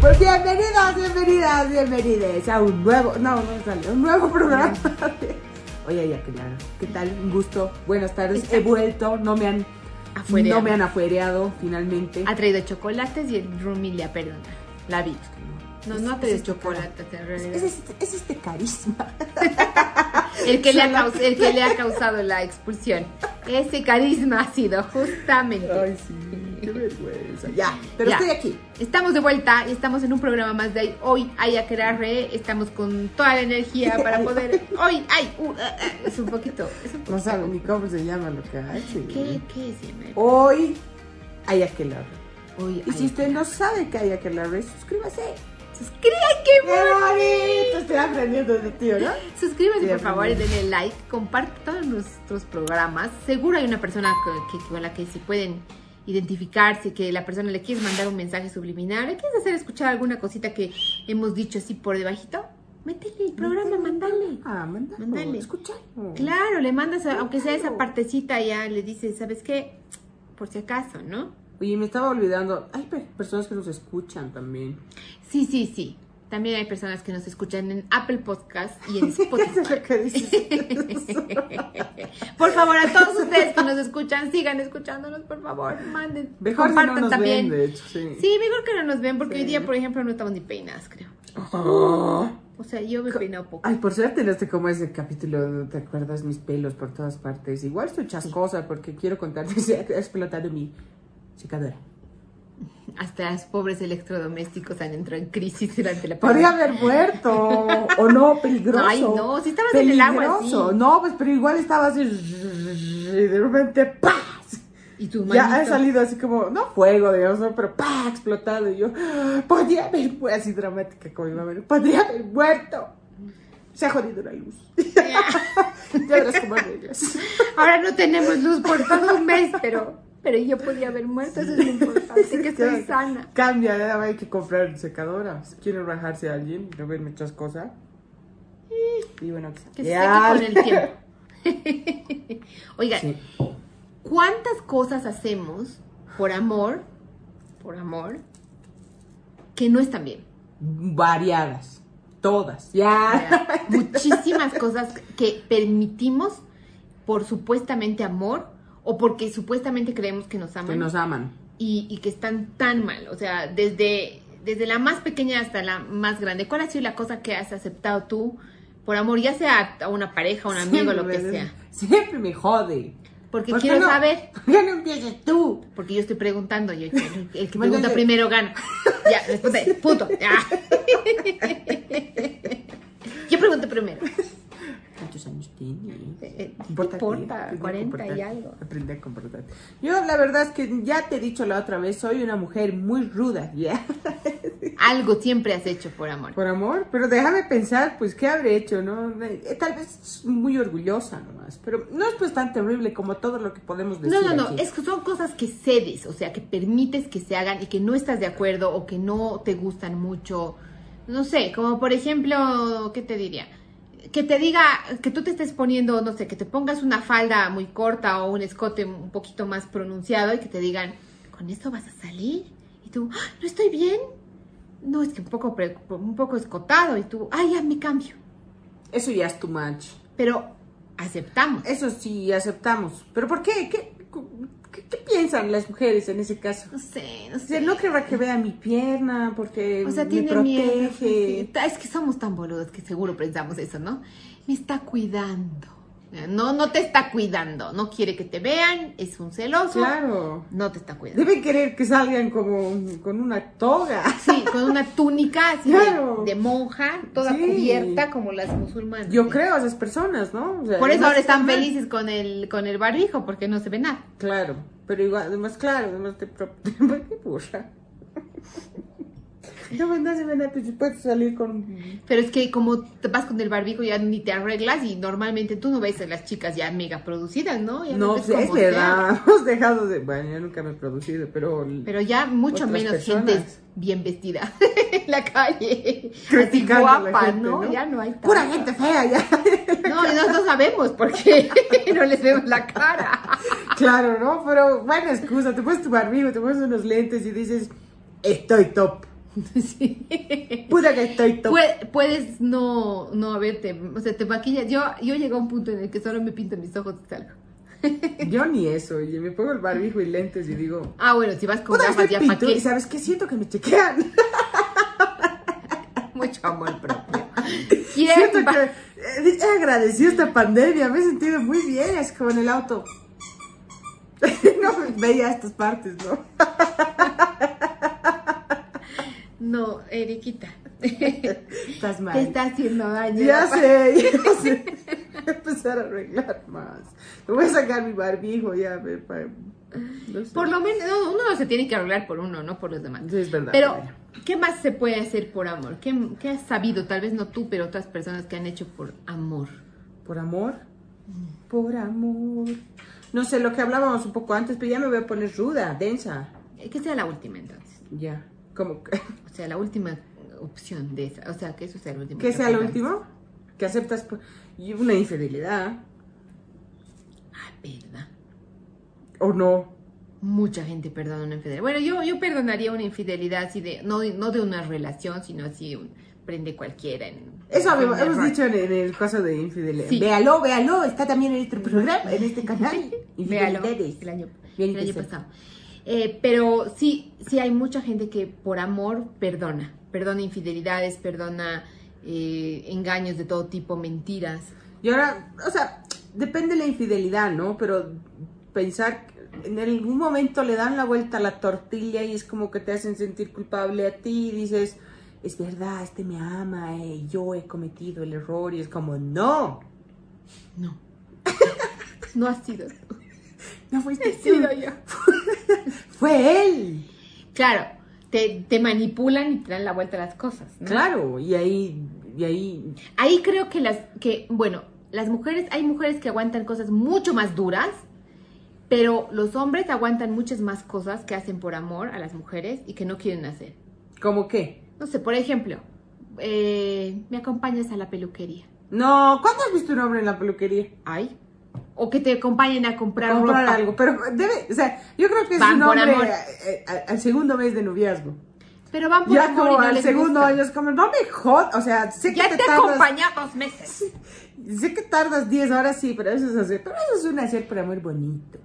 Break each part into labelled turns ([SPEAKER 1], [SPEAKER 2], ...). [SPEAKER 1] Pues bienvenidas, bienvenidas, bienvenidas a un nuevo, no, no me salió, un nuevo programa. Oye, ya claro, ¿qué tal? Un gusto, buenas tardes, he vuelto, no me han,
[SPEAKER 2] Afuereado.
[SPEAKER 1] no me han afuereado finalmente.
[SPEAKER 2] Ha traído chocolates y el rumilia, perdona. La vi. No, no ha traído chocolates en realidad.
[SPEAKER 1] Es este, es este carisma.
[SPEAKER 2] el, que le ha
[SPEAKER 1] Solo-
[SPEAKER 2] caus- el que le ha causado la expulsión. Ese carisma ha sido justamente.
[SPEAKER 1] sí, qué vergüenza. Ya, pero
[SPEAKER 2] Ya.
[SPEAKER 1] estoy aquí.
[SPEAKER 2] Estamos de vuelta y estamos en un programa más de hoy hay a crearre. Estamos con toda la energía para poder. Hoy hay. uh, uh, uh, es un poquito. Es un poquito.
[SPEAKER 1] No saben ni cómo se llama lo que hace.
[SPEAKER 2] ¿Qué, qué se
[SPEAKER 1] Oh,
[SPEAKER 2] llama?
[SPEAKER 1] Hoy hay aquelarre.
[SPEAKER 2] Hoy
[SPEAKER 1] Y
[SPEAKER 2] hay
[SPEAKER 1] si usted
[SPEAKER 2] aquelarre.
[SPEAKER 1] no sabe que hay aquelarre, suscríbase.
[SPEAKER 2] Suscri- ¡Ay,
[SPEAKER 1] ¡Qué
[SPEAKER 2] qué
[SPEAKER 1] bonito! Estoy aprendiendo de tío, ¿no?
[SPEAKER 2] Suscríbanse por
[SPEAKER 1] Bienvenido.
[SPEAKER 2] favor y denle like, compartan todos nuestros programas. Seguro hay una persona que, que- con la que si pueden identificarse, que la persona le quieres mandar un mensaje subliminal, le quieres hacer escuchar alguna cosita que hemos dicho así por debajito, métele el programa, mandale.
[SPEAKER 1] Ah, mandalo.
[SPEAKER 2] Mándale.
[SPEAKER 1] Escucha.
[SPEAKER 2] Claro, le mandas, a- aunque sea esa partecita ya, le dices, ¿sabes qué? Por si acaso, ¿no?
[SPEAKER 1] Oye, me estaba olvidando. Hay pe- personas que nos escuchan también.
[SPEAKER 2] Sí, sí, sí. También hay personas que nos escuchan en Apple Podcast y en
[SPEAKER 1] ¿Qué es
[SPEAKER 2] Spotify.
[SPEAKER 1] lo que dices?
[SPEAKER 2] Por favor, a todos ustedes que nos escuchan, sigan escuchándonos, por favor, manden,
[SPEAKER 1] Mejor si
[SPEAKER 2] compartan
[SPEAKER 1] no nos
[SPEAKER 2] también.
[SPEAKER 1] ven, de hecho, sí.
[SPEAKER 2] Sí, mejor que no nos ven porque
[SPEAKER 1] Sí.
[SPEAKER 2] hoy día, por ejemplo, no estamos ni peinadas, creo. O sea, yo me he peinado poco.
[SPEAKER 1] Ay, por suerte no sé cómo es el capítulo, no te acuerdas mis pelos por todas partes. Igual estoy chascosa porque quiero contarte si ha explotado mi secadora.
[SPEAKER 2] Hasta los pobres electrodomésticos han entrado en crisis durante la
[SPEAKER 1] Podría
[SPEAKER 2] pandemia.
[SPEAKER 1] haber muerto. O no, peligroso.
[SPEAKER 2] Ay, no, si estabas en el agua,
[SPEAKER 1] Peligroso.
[SPEAKER 2] sí.
[SPEAKER 1] No, pues, pero igual estaba así. Y de repente, ¡pah!
[SPEAKER 2] Y tu
[SPEAKER 1] Ya ha
[SPEAKER 2] manito.
[SPEAKER 1] salido así como, no fuego, digamos, ¿no? pero ¡pah! explotado. Y yo, podría haber, mu-", así dramática como mi mamá, podría haber muerto. Se ha jodido la luz. ya verás cómo arreglas.
[SPEAKER 2] Ahora no tenemos luz por todo un mes, pero, pero yo podía haber muerto, eso es lo importante, que
[SPEAKER 1] Claro.
[SPEAKER 2] estoy sana.
[SPEAKER 1] Cambia, nada más hay que comprar secadora. Si quieren rajarse a alguien, no ven muchas cosas. Y bueno,
[SPEAKER 2] Que se seque
[SPEAKER 1] ya.
[SPEAKER 2] con el tiempo. Oigan,
[SPEAKER 1] Sí.
[SPEAKER 2] ¿Cuántas cosas hacemos por amor, por amor, que no están bien?
[SPEAKER 1] Variadas. Todas.
[SPEAKER 2] O
[SPEAKER 1] Ya.
[SPEAKER 2] sea, Muchísimas cosas que permitimos por supuestamente amor o porque supuestamente creemos que nos
[SPEAKER 1] Que
[SPEAKER 2] aman
[SPEAKER 1] nos aman.
[SPEAKER 2] y, y que están tan mal. O sea, desde, desde la más pequeña hasta la más grande. ¿Cuál ha sido la cosa que has aceptado tú por amor, ya sea a una pareja, a un amigo, lo que
[SPEAKER 1] Siempre Pues me-
[SPEAKER 2] sea?
[SPEAKER 1] Siempre me jode.
[SPEAKER 2] Porque
[SPEAKER 1] ¿Por qué
[SPEAKER 2] quiero
[SPEAKER 1] no-
[SPEAKER 2] saber.
[SPEAKER 1] ¿Por qué no empiezas tú?
[SPEAKER 2] Porque yo estoy preguntando, yo, el el que
[SPEAKER 1] Bueno,
[SPEAKER 2] pregunta
[SPEAKER 1] yo-
[SPEAKER 2] primero gana. Ya, responde, punto. Ya. Yo pregunto primero.
[SPEAKER 1] ¿Cuántos años tienes?
[SPEAKER 2] Eh, ¿te
[SPEAKER 1] Compórtate,
[SPEAKER 2] importa?
[SPEAKER 1] aprende a
[SPEAKER 2] 40 y
[SPEAKER 1] comportarte,
[SPEAKER 2] algo.
[SPEAKER 1] Aprende a comportarte. Yo, la verdad es que ya te he dicho la otra vez, soy una mujer muy ruda, ¿ya?
[SPEAKER 2] Algo siempre has hecho por amor.
[SPEAKER 1] Por amor, pero déjame pensar, pues, ¿qué habré hecho, no? Eh, Tal vez muy orgullosa nomás, pero no es pues tan terrible como todo lo que podemos decir
[SPEAKER 2] No, no, no,
[SPEAKER 1] aquí.
[SPEAKER 2] es que son cosas que cedes, o sea, que permites que se hagan y que no estás de acuerdo o que no te gustan mucho. No sé, como por ejemplo, ¿qué te diría? Que te diga, que tú te estés poniendo, no sé, que te pongas una falda muy corta o un escote un poquito más pronunciado y que te digan, ¿con esto vas a salir? Y tú, "Ah, ¿no estoy bien? No, es que un poco, pre- un poco escotado y tú, ay, ya me cambio.
[SPEAKER 1] Eso ya es too much.
[SPEAKER 2] Pero aceptamos.
[SPEAKER 1] Eso sí, aceptamos. ¿Pero por qué? ¿Qué, qué, qué piensan las mujeres en ese caso?
[SPEAKER 2] No sé, no
[SPEAKER 1] O
[SPEAKER 2] sé.
[SPEAKER 1] sea, no querrá que vea mi pierna porque
[SPEAKER 2] O sea,
[SPEAKER 1] me
[SPEAKER 2] tiene miedo.
[SPEAKER 1] protege.
[SPEAKER 2] sí. Ta- Es que somos tan boludos que seguro pensamos eso, ¿no? Me está cuidando. No, no te está cuidando. No quiere que te vean. Es un celoso.
[SPEAKER 1] Claro.
[SPEAKER 2] No te está cuidando.
[SPEAKER 1] Deben querer que salgan como con una toga.
[SPEAKER 2] Sí, con una túnica así de-
[SPEAKER 1] Claro.
[SPEAKER 2] de, monja, toda
[SPEAKER 1] Sí.
[SPEAKER 2] cubierta como las musulmanas.
[SPEAKER 1] Yo
[SPEAKER 2] Sí.
[SPEAKER 1] creo a esas personas, ¿no? O sea,
[SPEAKER 2] Por
[SPEAKER 1] además
[SPEAKER 2] eso ahora están
[SPEAKER 1] mal.
[SPEAKER 2] felices con el, con el barbijo, porque no se ve nada.
[SPEAKER 1] Claro. Pero igual, además, claro, además te... pro- ¡Qué burra! No mandas de verdad, pues, puedes salir con...
[SPEAKER 2] Pero es que como te vas con el barbijo ya ni te arreglas y normalmente tú no ves a las chicas ya mega producidas, ¿no? Ya
[SPEAKER 1] No,
[SPEAKER 2] ves
[SPEAKER 1] sé, es
[SPEAKER 2] como sea.
[SPEAKER 1] verdad, hemos dejado de... Bueno, yo nunca me he producido, pero...
[SPEAKER 2] Pero ya mucho
[SPEAKER 1] Otras
[SPEAKER 2] menos
[SPEAKER 1] personas.
[SPEAKER 2] gente es bien vestida en la calle. Así
[SPEAKER 1] criticando a la
[SPEAKER 2] guapa,
[SPEAKER 1] gente,
[SPEAKER 2] ¿no? Ya no hay tanta.
[SPEAKER 1] ¡Pura gente fea ya!
[SPEAKER 2] No, y nosotros sabemos porque no les vemos la cara.
[SPEAKER 1] Claro, ¿no? Pero buena excusa, te pones tu barbijo, te pones unos lentes y dices, estoy top.
[SPEAKER 2] Sí.
[SPEAKER 1] Puta que estoy top.
[SPEAKER 2] Pue- puedes no, no verte, o sea, te maquillas. Yo, yo llego a un punto en el que solo me pinto mis ojos y salgo.
[SPEAKER 1] Yo ni eso, oye, me pongo el barbijo y lentes y digo,
[SPEAKER 2] Ah, bueno, si vas con
[SPEAKER 1] puta que
[SPEAKER 2] gafas
[SPEAKER 1] estoy
[SPEAKER 2] ya pa'
[SPEAKER 1] pinto.
[SPEAKER 2] qué.
[SPEAKER 1] Y sabes qué, siento que me chequean.
[SPEAKER 2] Mucho amor propio.
[SPEAKER 1] Siento
[SPEAKER 2] ¿Quién va-
[SPEAKER 1] que eh, he agradecido esta pandemia, me he sentido muy bien, es como en el auto. no veía estas partes, ¿no?
[SPEAKER 2] No, Eriquita.
[SPEAKER 1] Estás mal.
[SPEAKER 2] Te está haciendo daño.
[SPEAKER 1] Ya sé, ya sé. Voy a empezar a arreglar más. Me voy a sacar mi barbijo ya. Me, pa- no sé.
[SPEAKER 2] Por lo menos, no, uno no se tiene que arreglar por uno, no por los demás.
[SPEAKER 1] Sí, es verdad.
[SPEAKER 2] Pero,
[SPEAKER 1] bueno.
[SPEAKER 2] ¿qué más se puede hacer por amor? ¿Qué, qué has sabido? Tal vez no tú, pero otras personas que han hecho por amor.
[SPEAKER 1] ¿Por amor? Por amor. No sé, lo que hablábamos un poco antes, pero ya me voy a poner ruda, densa.
[SPEAKER 2] Eh, Que sea la última, entonces.
[SPEAKER 1] Ya. Como que,
[SPEAKER 2] O sea, la última opción de esa. O sea, que eso sea la última.
[SPEAKER 1] que sea lo
[SPEAKER 2] pongamos.
[SPEAKER 1] último. Que aceptas por- y una infidelidad.
[SPEAKER 2] Ah, verdad.
[SPEAKER 1] ¿O no?
[SPEAKER 2] Mucha gente perdona una infidelidad. Bueno, yo, yo perdonaría una infidelidad así de, no, de- no de una relación, sino así un- prende cualquiera. en-
[SPEAKER 1] Eso
[SPEAKER 2] en
[SPEAKER 1] hemos,
[SPEAKER 2] el
[SPEAKER 1] hemos
[SPEAKER 2] rock.
[SPEAKER 1] dicho en, en el caso de infidelidad.
[SPEAKER 2] Sí.
[SPEAKER 1] Véalo, véalo. Está también en este programa, en este canal.
[SPEAKER 2] Véalo,
[SPEAKER 1] Infidelidades.
[SPEAKER 2] el año,
[SPEAKER 1] Bien
[SPEAKER 2] el año
[SPEAKER 1] interesante.
[SPEAKER 2] pasado. Eh, pero sí, sí hay mucha gente que por amor perdona, perdona infidelidades, perdona eh, engaños de todo tipo, mentiras.
[SPEAKER 1] Y ahora, o sea, depende de la infidelidad, ¿no? Pero pensar que en algún momento le dan la vuelta a la tortilla y es como que te hacen sentir culpable a ti y dices, es verdad, este me ama, eh, yo he cometido el error y es como, no,
[SPEAKER 2] No, no ha sido, tú,
[SPEAKER 1] no fuiste
[SPEAKER 2] he
[SPEAKER 1] tú,
[SPEAKER 2] sido yo.
[SPEAKER 1] fue él.
[SPEAKER 2] Claro, te, te manipulan y te dan la vuelta a las cosas. ¿no?
[SPEAKER 1] Claro, y ahí, y ahí,
[SPEAKER 2] Ahí creo que las que bueno, las mujeres hay mujeres que aguantan cosas mucho más duras, pero los hombres aguantan muchas más cosas que hacen por amor a las mujeres y que no quieren hacer.
[SPEAKER 1] ¿cómo qué?
[SPEAKER 2] No sé, por ejemplo, eh, me acompañas a la peluquería.
[SPEAKER 1] No, ¿cuándo has visto un hombre en la peluquería?
[SPEAKER 2] Ay. O que te acompañen a comprar,
[SPEAKER 1] Comprar
[SPEAKER 2] ropa.
[SPEAKER 1] algo, pero debe, o sea, yo creo que es
[SPEAKER 2] Van
[SPEAKER 1] un
[SPEAKER 2] por
[SPEAKER 1] hombre
[SPEAKER 2] amor.
[SPEAKER 1] eh, eh, al segundo mes de noviazgo.
[SPEAKER 2] Pero van por
[SPEAKER 1] Ya
[SPEAKER 2] amor y
[SPEAKER 1] como
[SPEAKER 2] Pues no
[SPEAKER 1] al
[SPEAKER 2] les
[SPEAKER 1] segundo
[SPEAKER 2] gusta.
[SPEAKER 1] año es como, no me jodas, o sea, sé que
[SPEAKER 2] Ya
[SPEAKER 1] te,
[SPEAKER 2] te,
[SPEAKER 1] tardas,
[SPEAKER 2] acompañé dos meses.
[SPEAKER 1] sé que tardas 10 horas, sí, pero eso es hacer, pero eso es un hacer por amor bonito.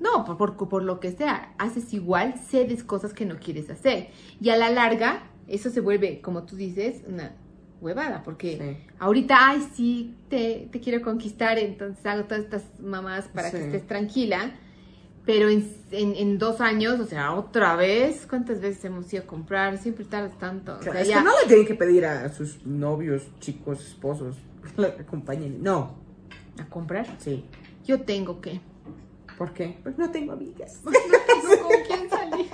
[SPEAKER 2] No, por, por, por lo que sea, haces igual, cedes cosas que no quieres hacer. Y a la larga, eso se vuelve, como tú dices, una huevada, porque
[SPEAKER 1] Sí.
[SPEAKER 2] ahorita, ay, sí, te, te quiero conquistar, entonces hago todas estas mamás para que
[SPEAKER 1] Sí.
[SPEAKER 2] estés tranquila. Pero en, en- en dos años, o sea, otra vez, ¿cuántas veces hemos ido a comprar? Siempre tardas tanto. O sea,
[SPEAKER 1] es
[SPEAKER 2] ya-
[SPEAKER 1] que no le tienen que pedir a sus novios, chicos, esposos, que la acompañen. No,
[SPEAKER 2] ¿A comprar?
[SPEAKER 1] sí.
[SPEAKER 2] Yo tengo que.
[SPEAKER 1] ¿Por qué? Porque no tengo amigas.
[SPEAKER 2] No tengo con quién salir.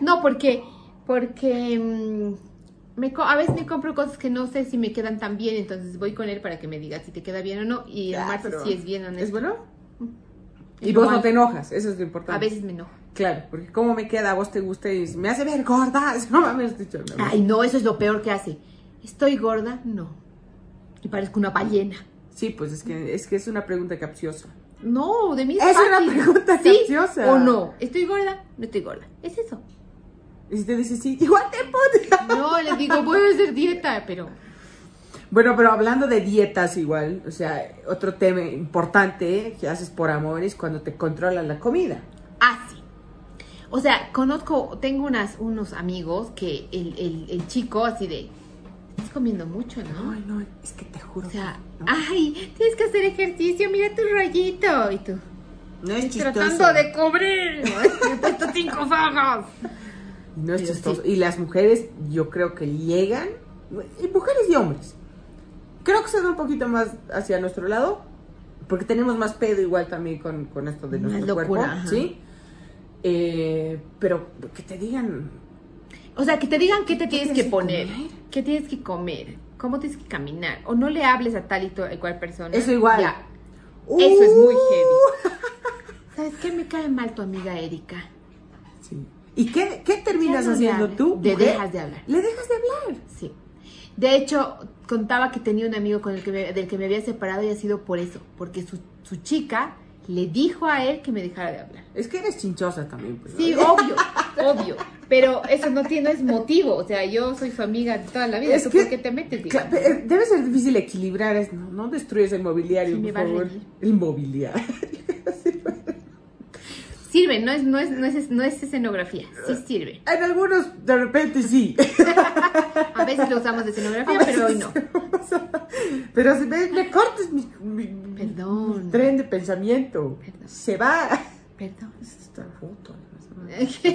[SPEAKER 2] No, porque, porque mm, me, co- a veces me compro cosas que no sé si me quedan tan bien, entonces voy con él para que me diga si te queda bien o no. Y el
[SPEAKER 1] Ah,
[SPEAKER 2] marzo
[SPEAKER 1] pero-
[SPEAKER 2] sí es bien honesto.
[SPEAKER 1] ¿Es bueno?
[SPEAKER 2] Es
[SPEAKER 1] Y vos
[SPEAKER 2] normal.
[SPEAKER 1] no te enojas, eso es lo importante.
[SPEAKER 2] A veces me enojo.
[SPEAKER 1] Claro, porque cómo me queda, a vos te gusta y me hace ver gorda. Eso no me habías dicho. no.
[SPEAKER 2] Ay, no, eso es lo peor que hace. ¿Estoy gorda? No. Y parezco una ballena.
[SPEAKER 1] Sí, pues es que, es que es una pregunta capciosa.
[SPEAKER 2] No, de mí es
[SPEAKER 1] Es una
[SPEAKER 2] fácil.
[SPEAKER 1] pregunta
[SPEAKER 2] ¿Sí
[SPEAKER 1] capciosa.
[SPEAKER 2] o no? ¿Estoy gorda? No estoy gorda. Es eso.
[SPEAKER 1] Y si te dice, sí, igual te puta.
[SPEAKER 2] No, les digo, voy a hacer dieta, pero...
[SPEAKER 1] Bueno, pero hablando de dietas igual, o sea, otro tema importante que haces por amor es cuando te controlan la comida.
[SPEAKER 2] así. O sea, conozco, tengo unas, unos amigos que el, el- el chico así de, estás comiendo mucho, ¿no?
[SPEAKER 1] Ay, no, es que te juro.
[SPEAKER 2] O sea,
[SPEAKER 1] que no.
[SPEAKER 2] ay, tienes que hacer ejercicio, mira tu rayito. Y tú,
[SPEAKER 1] no es chistoso.
[SPEAKER 2] tratando de cubrir, me he puesto cinco fajas.
[SPEAKER 1] No es
[SPEAKER 2] Pero
[SPEAKER 1] chistoso.
[SPEAKER 2] sí.
[SPEAKER 1] Y las mujeres, yo creo que llegan, y mujeres y hombres, creo que se da un poquito más hacia nuestro lado, porque tenemos más pedo igual también con, con esto de
[SPEAKER 2] Más
[SPEAKER 1] nuestro
[SPEAKER 2] locura,
[SPEAKER 1] cuerpo,
[SPEAKER 2] ajá.
[SPEAKER 1] ¿sí? Eh, pero que te digan,
[SPEAKER 2] O sea, que te digan qué te tienes
[SPEAKER 1] tienes
[SPEAKER 2] que
[SPEAKER 1] que
[SPEAKER 2] poner,
[SPEAKER 1] comer?
[SPEAKER 2] qué tienes que comer, cómo tienes que caminar, o no le hables a tal y to- y cual persona.
[SPEAKER 1] Eso igual.
[SPEAKER 2] Ya. Eso es muy
[SPEAKER 1] ¡Uh!
[SPEAKER 2] heavy. ¿Sabes qué? Me cae mal tu amiga Erika.
[SPEAKER 1] Sí. ¿Y qué, qué terminas
[SPEAKER 2] Ya no le
[SPEAKER 1] haciendo
[SPEAKER 2] hablas.
[SPEAKER 1] tú?
[SPEAKER 2] Le
[SPEAKER 1] mujer?
[SPEAKER 2] dejas de hablar.
[SPEAKER 1] Le dejas de hablar.
[SPEAKER 2] Sí. De hecho, contaba que tenía un amigo con el que me- del que me había separado y ha sido por eso, porque su, su chica le dijo a él que me dejara de hablar.
[SPEAKER 1] Es que eres chinchosa también. Pues,
[SPEAKER 2] Sí,
[SPEAKER 1] ¿no?
[SPEAKER 2] obvio, obvio. Pero eso no, tiene, no es motivo. O sea, yo soy su amiga de toda la vida.
[SPEAKER 1] Es
[SPEAKER 2] ¿Tú
[SPEAKER 1] que-
[SPEAKER 2] por qué te metes?
[SPEAKER 1] Cla-
[SPEAKER 2] digamos?
[SPEAKER 1] eh, Debe ser difícil equilibrar eso. No, no destruyes el mobiliario,
[SPEAKER 2] Sí, me
[SPEAKER 1] por
[SPEAKER 2] va a
[SPEAKER 1] favor.
[SPEAKER 2] reír.
[SPEAKER 1] El mobiliario.
[SPEAKER 2] Sirve, no es, no, es, no, es, no es escenografía. Sí sirve.
[SPEAKER 1] En algunos, de repente sí.
[SPEAKER 2] A veces lo usamos de escenografía,
[SPEAKER 1] A
[SPEAKER 2] pero hoy
[SPEAKER 1] veces.
[SPEAKER 2] no.
[SPEAKER 1] Pero si me, me cortes mi, mi- mi
[SPEAKER 2] Perdón.
[SPEAKER 1] tren de pensamiento,
[SPEAKER 2] Perdón.
[SPEAKER 1] se va.
[SPEAKER 2] Perdón.
[SPEAKER 1] Esta foto, además, ¿no?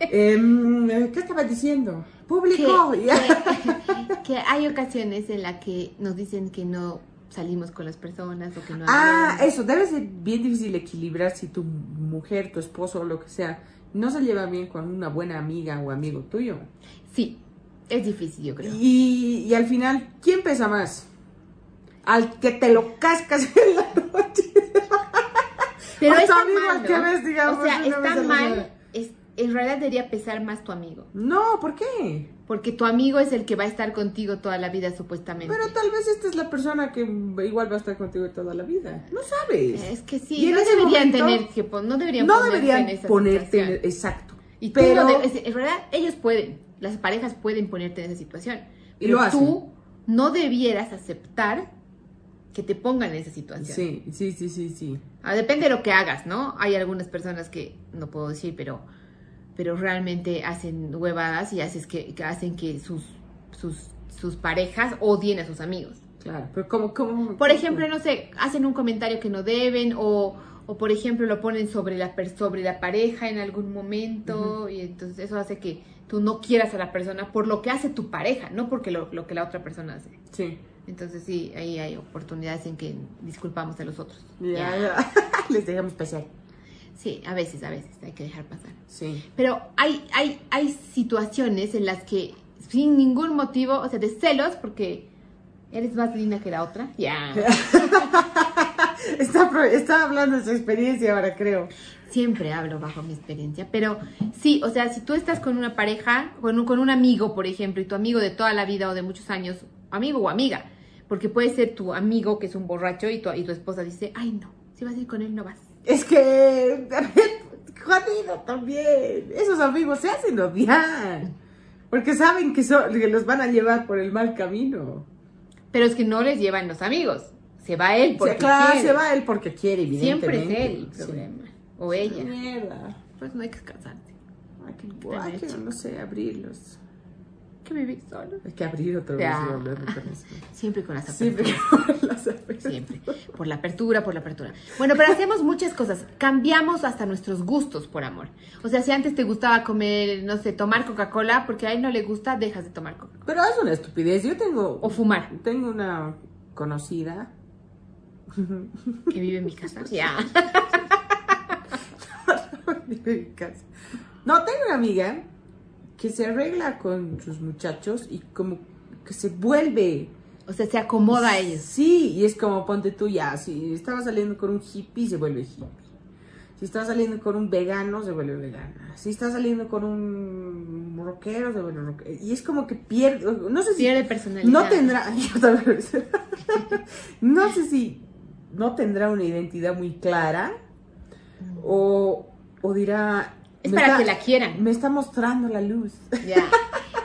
[SPEAKER 1] Em, ¿Qué estaba diciendo?
[SPEAKER 2] que,
[SPEAKER 1] Público. ya.
[SPEAKER 2] que- que hay ocasiones en las que nos dicen que no salimos con las personas o que no
[SPEAKER 1] Ah,
[SPEAKER 2] hablamos.
[SPEAKER 1] eso, debe ser bien difícil equilibrar si tu mujer, tu esposo o lo que sea, no se lleva bien con una buena amiga o amigo tuyo.
[SPEAKER 2] Sí, es difícil, yo creo.
[SPEAKER 1] Y, y al final, ¿quién pesa más? Al que te lo cascas en la noche.
[SPEAKER 2] Pero
[SPEAKER 1] O tu
[SPEAKER 2] está
[SPEAKER 1] amigo
[SPEAKER 2] mal,
[SPEAKER 1] al que
[SPEAKER 2] ¿no?
[SPEAKER 1] ves, digamos,
[SPEAKER 2] O sea,
[SPEAKER 1] una vez a
[SPEAKER 2] está
[SPEAKER 1] la
[SPEAKER 2] mal.
[SPEAKER 1] semana.
[SPEAKER 2] es- en realidad debería pesar más tu amigo.
[SPEAKER 1] No, ¿por qué?
[SPEAKER 2] Porque tu amigo es el que va a estar contigo toda la vida, supuestamente.
[SPEAKER 1] Pero tal vez esta es la persona que igual va a estar contigo toda la vida. No sabes.
[SPEAKER 2] es que
[SPEAKER 1] Y
[SPEAKER 2] sí,
[SPEAKER 1] en
[SPEAKER 2] no
[SPEAKER 1] ese
[SPEAKER 2] deberían
[SPEAKER 1] momento,
[SPEAKER 2] tener que pon- no deberían
[SPEAKER 1] No
[SPEAKER 2] ponerse
[SPEAKER 1] deberían
[SPEAKER 2] en esa
[SPEAKER 1] ponerte.
[SPEAKER 2] situación.
[SPEAKER 1] exacto.
[SPEAKER 2] Y tú
[SPEAKER 1] pero
[SPEAKER 2] no debes- en realidad ellos pueden, las parejas pueden ponerte en esa situación.
[SPEAKER 1] Y
[SPEAKER 2] Pero
[SPEAKER 1] lo hacen.
[SPEAKER 2] tú no debieras aceptar que te pongan en esa situación.
[SPEAKER 1] Sí, sí, sí, sí, sí.
[SPEAKER 2] Ah, depende de lo que hagas, ¿no? Hay algunas personas que no puedo decir, pero pero realmente hacen huevadas y haces que, que hacen que sus, sus sus parejas odien a sus amigos.
[SPEAKER 1] Claro, pero como, como...
[SPEAKER 2] Por ejemplo, no sé, hacen un comentario que no deben o, o por ejemplo lo ponen sobre la per- sobre la pareja en algún momento y entonces eso hace que tú no quieras a la persona por lo que hace tu pareja, no porque lo, lo que la otra persona hace.
[SPEAKER 1] Sí.
[SPEAKER 2] Entonces sí, ahí hay oportunidades en que disculpamos a los otros.
[SPEAKER 1] Ya,
[SPEAKER 2] Ya.
[SPEAKER 1] ya. Les dejamos pasar.
[SPEAKER 2] Sí, a veces, a veces hay que dejar pasar.
[SPEAKER 1] Sí.
[SPEAKER 2] Pero hay, hay, hay situaciones en las que sin ningún motivo, o sea, de celos, porque eres más linda que la otra. Ya.
[SPEAKER 1] Está, pro- está hablando de su experiencia ahora, creo.
[SPEAKER 2] Siempre hablo bajo mi experiencia, pero sí, o sea, si tú estás con una pareja, con un, con un amigo, por ejemplo, y tu amigo de toda la vida o de muchos años, amigo o amiga, porque puede ser tu amigo que es un borracho y tu, y tu esposa dice, ay no, si vas a ir con él no vas.
[SPEAKER 1] Es que... Jodido también. Esos amigos se hacen odiar. Porque saben que, son, que los van a llevar por el mal camino.
[SPEAKER 2] Pero es que no les llevan los amigos, se va él
[SPEAKER 1] O sea,
[SPEAKER 2] porque
[SPEAKER 1] claro,
[SPEAKER 2] quiere.
[SPEAKER 1] se va él porque quiere,
[SPEAKER 2] Siempre es
[SPEAKER 1] evidentemente.
[SPEAKER 2] él el problema, o ella.
[SPEAKER 1] Mierda.
[SPEAKER 2] Pues no hay que casarse,
[SPEAKER 1] Hay que,
[SPEAKER 2] Tan
[SPEAKER 1] hay que,
[SPEAKER 2] hecho.
[SPEAKER 1] no sé, abrirlos.
[SPEAKER 2] hay que vivir solo.
[SPEAKER 1] Hay que abrir otra vez
[SPEAKER 2] Ya.
[SPEAKER 1] y volver con eso.
[SPEAKER 2] Siempre con las
[SPEAKER 1] Siempre
[SPEAKER 2] aperturas.
[SPEAKER 1] que las abres.
[SPEAKER 2] Siempre. Por la apertura, por la apertura. Bueno, pero hacemos muchas cosas. Cambiamos hasta nuestros gustos por amor. O sea, si antes te gustaba comer, no sé, tomar Coca-Cola, porque a él no le gusta, dejas de tomar Coca-Cola.
[SPEAKER 1] Pero es una estupidez. Yo tengo...
[SPEAKER 2] O fumar,
[SPEAKER 1] Tengo una conocida.
[SPEAKER 2] que vive en mi casa. Ya.
[SPEAKER 1] no, tengo una amiga que se arregla con sus muchachos y como que se vuelve.
[SPEAKER 2] O sea, se acomoda a ellos.
[SPEAKER 1] Sí, y es como ponte tú ya. Si estaba saliendo con un hippie, se vuelve hippie. Si estaba saliendo con un vegano, se vuelve vegana. Si está saliendo con un rockero, se vuelve rockero. Y es como que pierde. No sé si
[SPEAKER 2] Pierde personalidad.
[SPEAKER 1] No tendrá, yo también lo hice. no sé si no tendrá una identidad muy clara o, o dirá...
[SPEAKER 2] Es
[SPEAKER 1] "Me
[SPEAKER 2] para que la quieran".
[SPEAKER 1] Me está mostrando la luz.
[SPEAKER 2] Ya.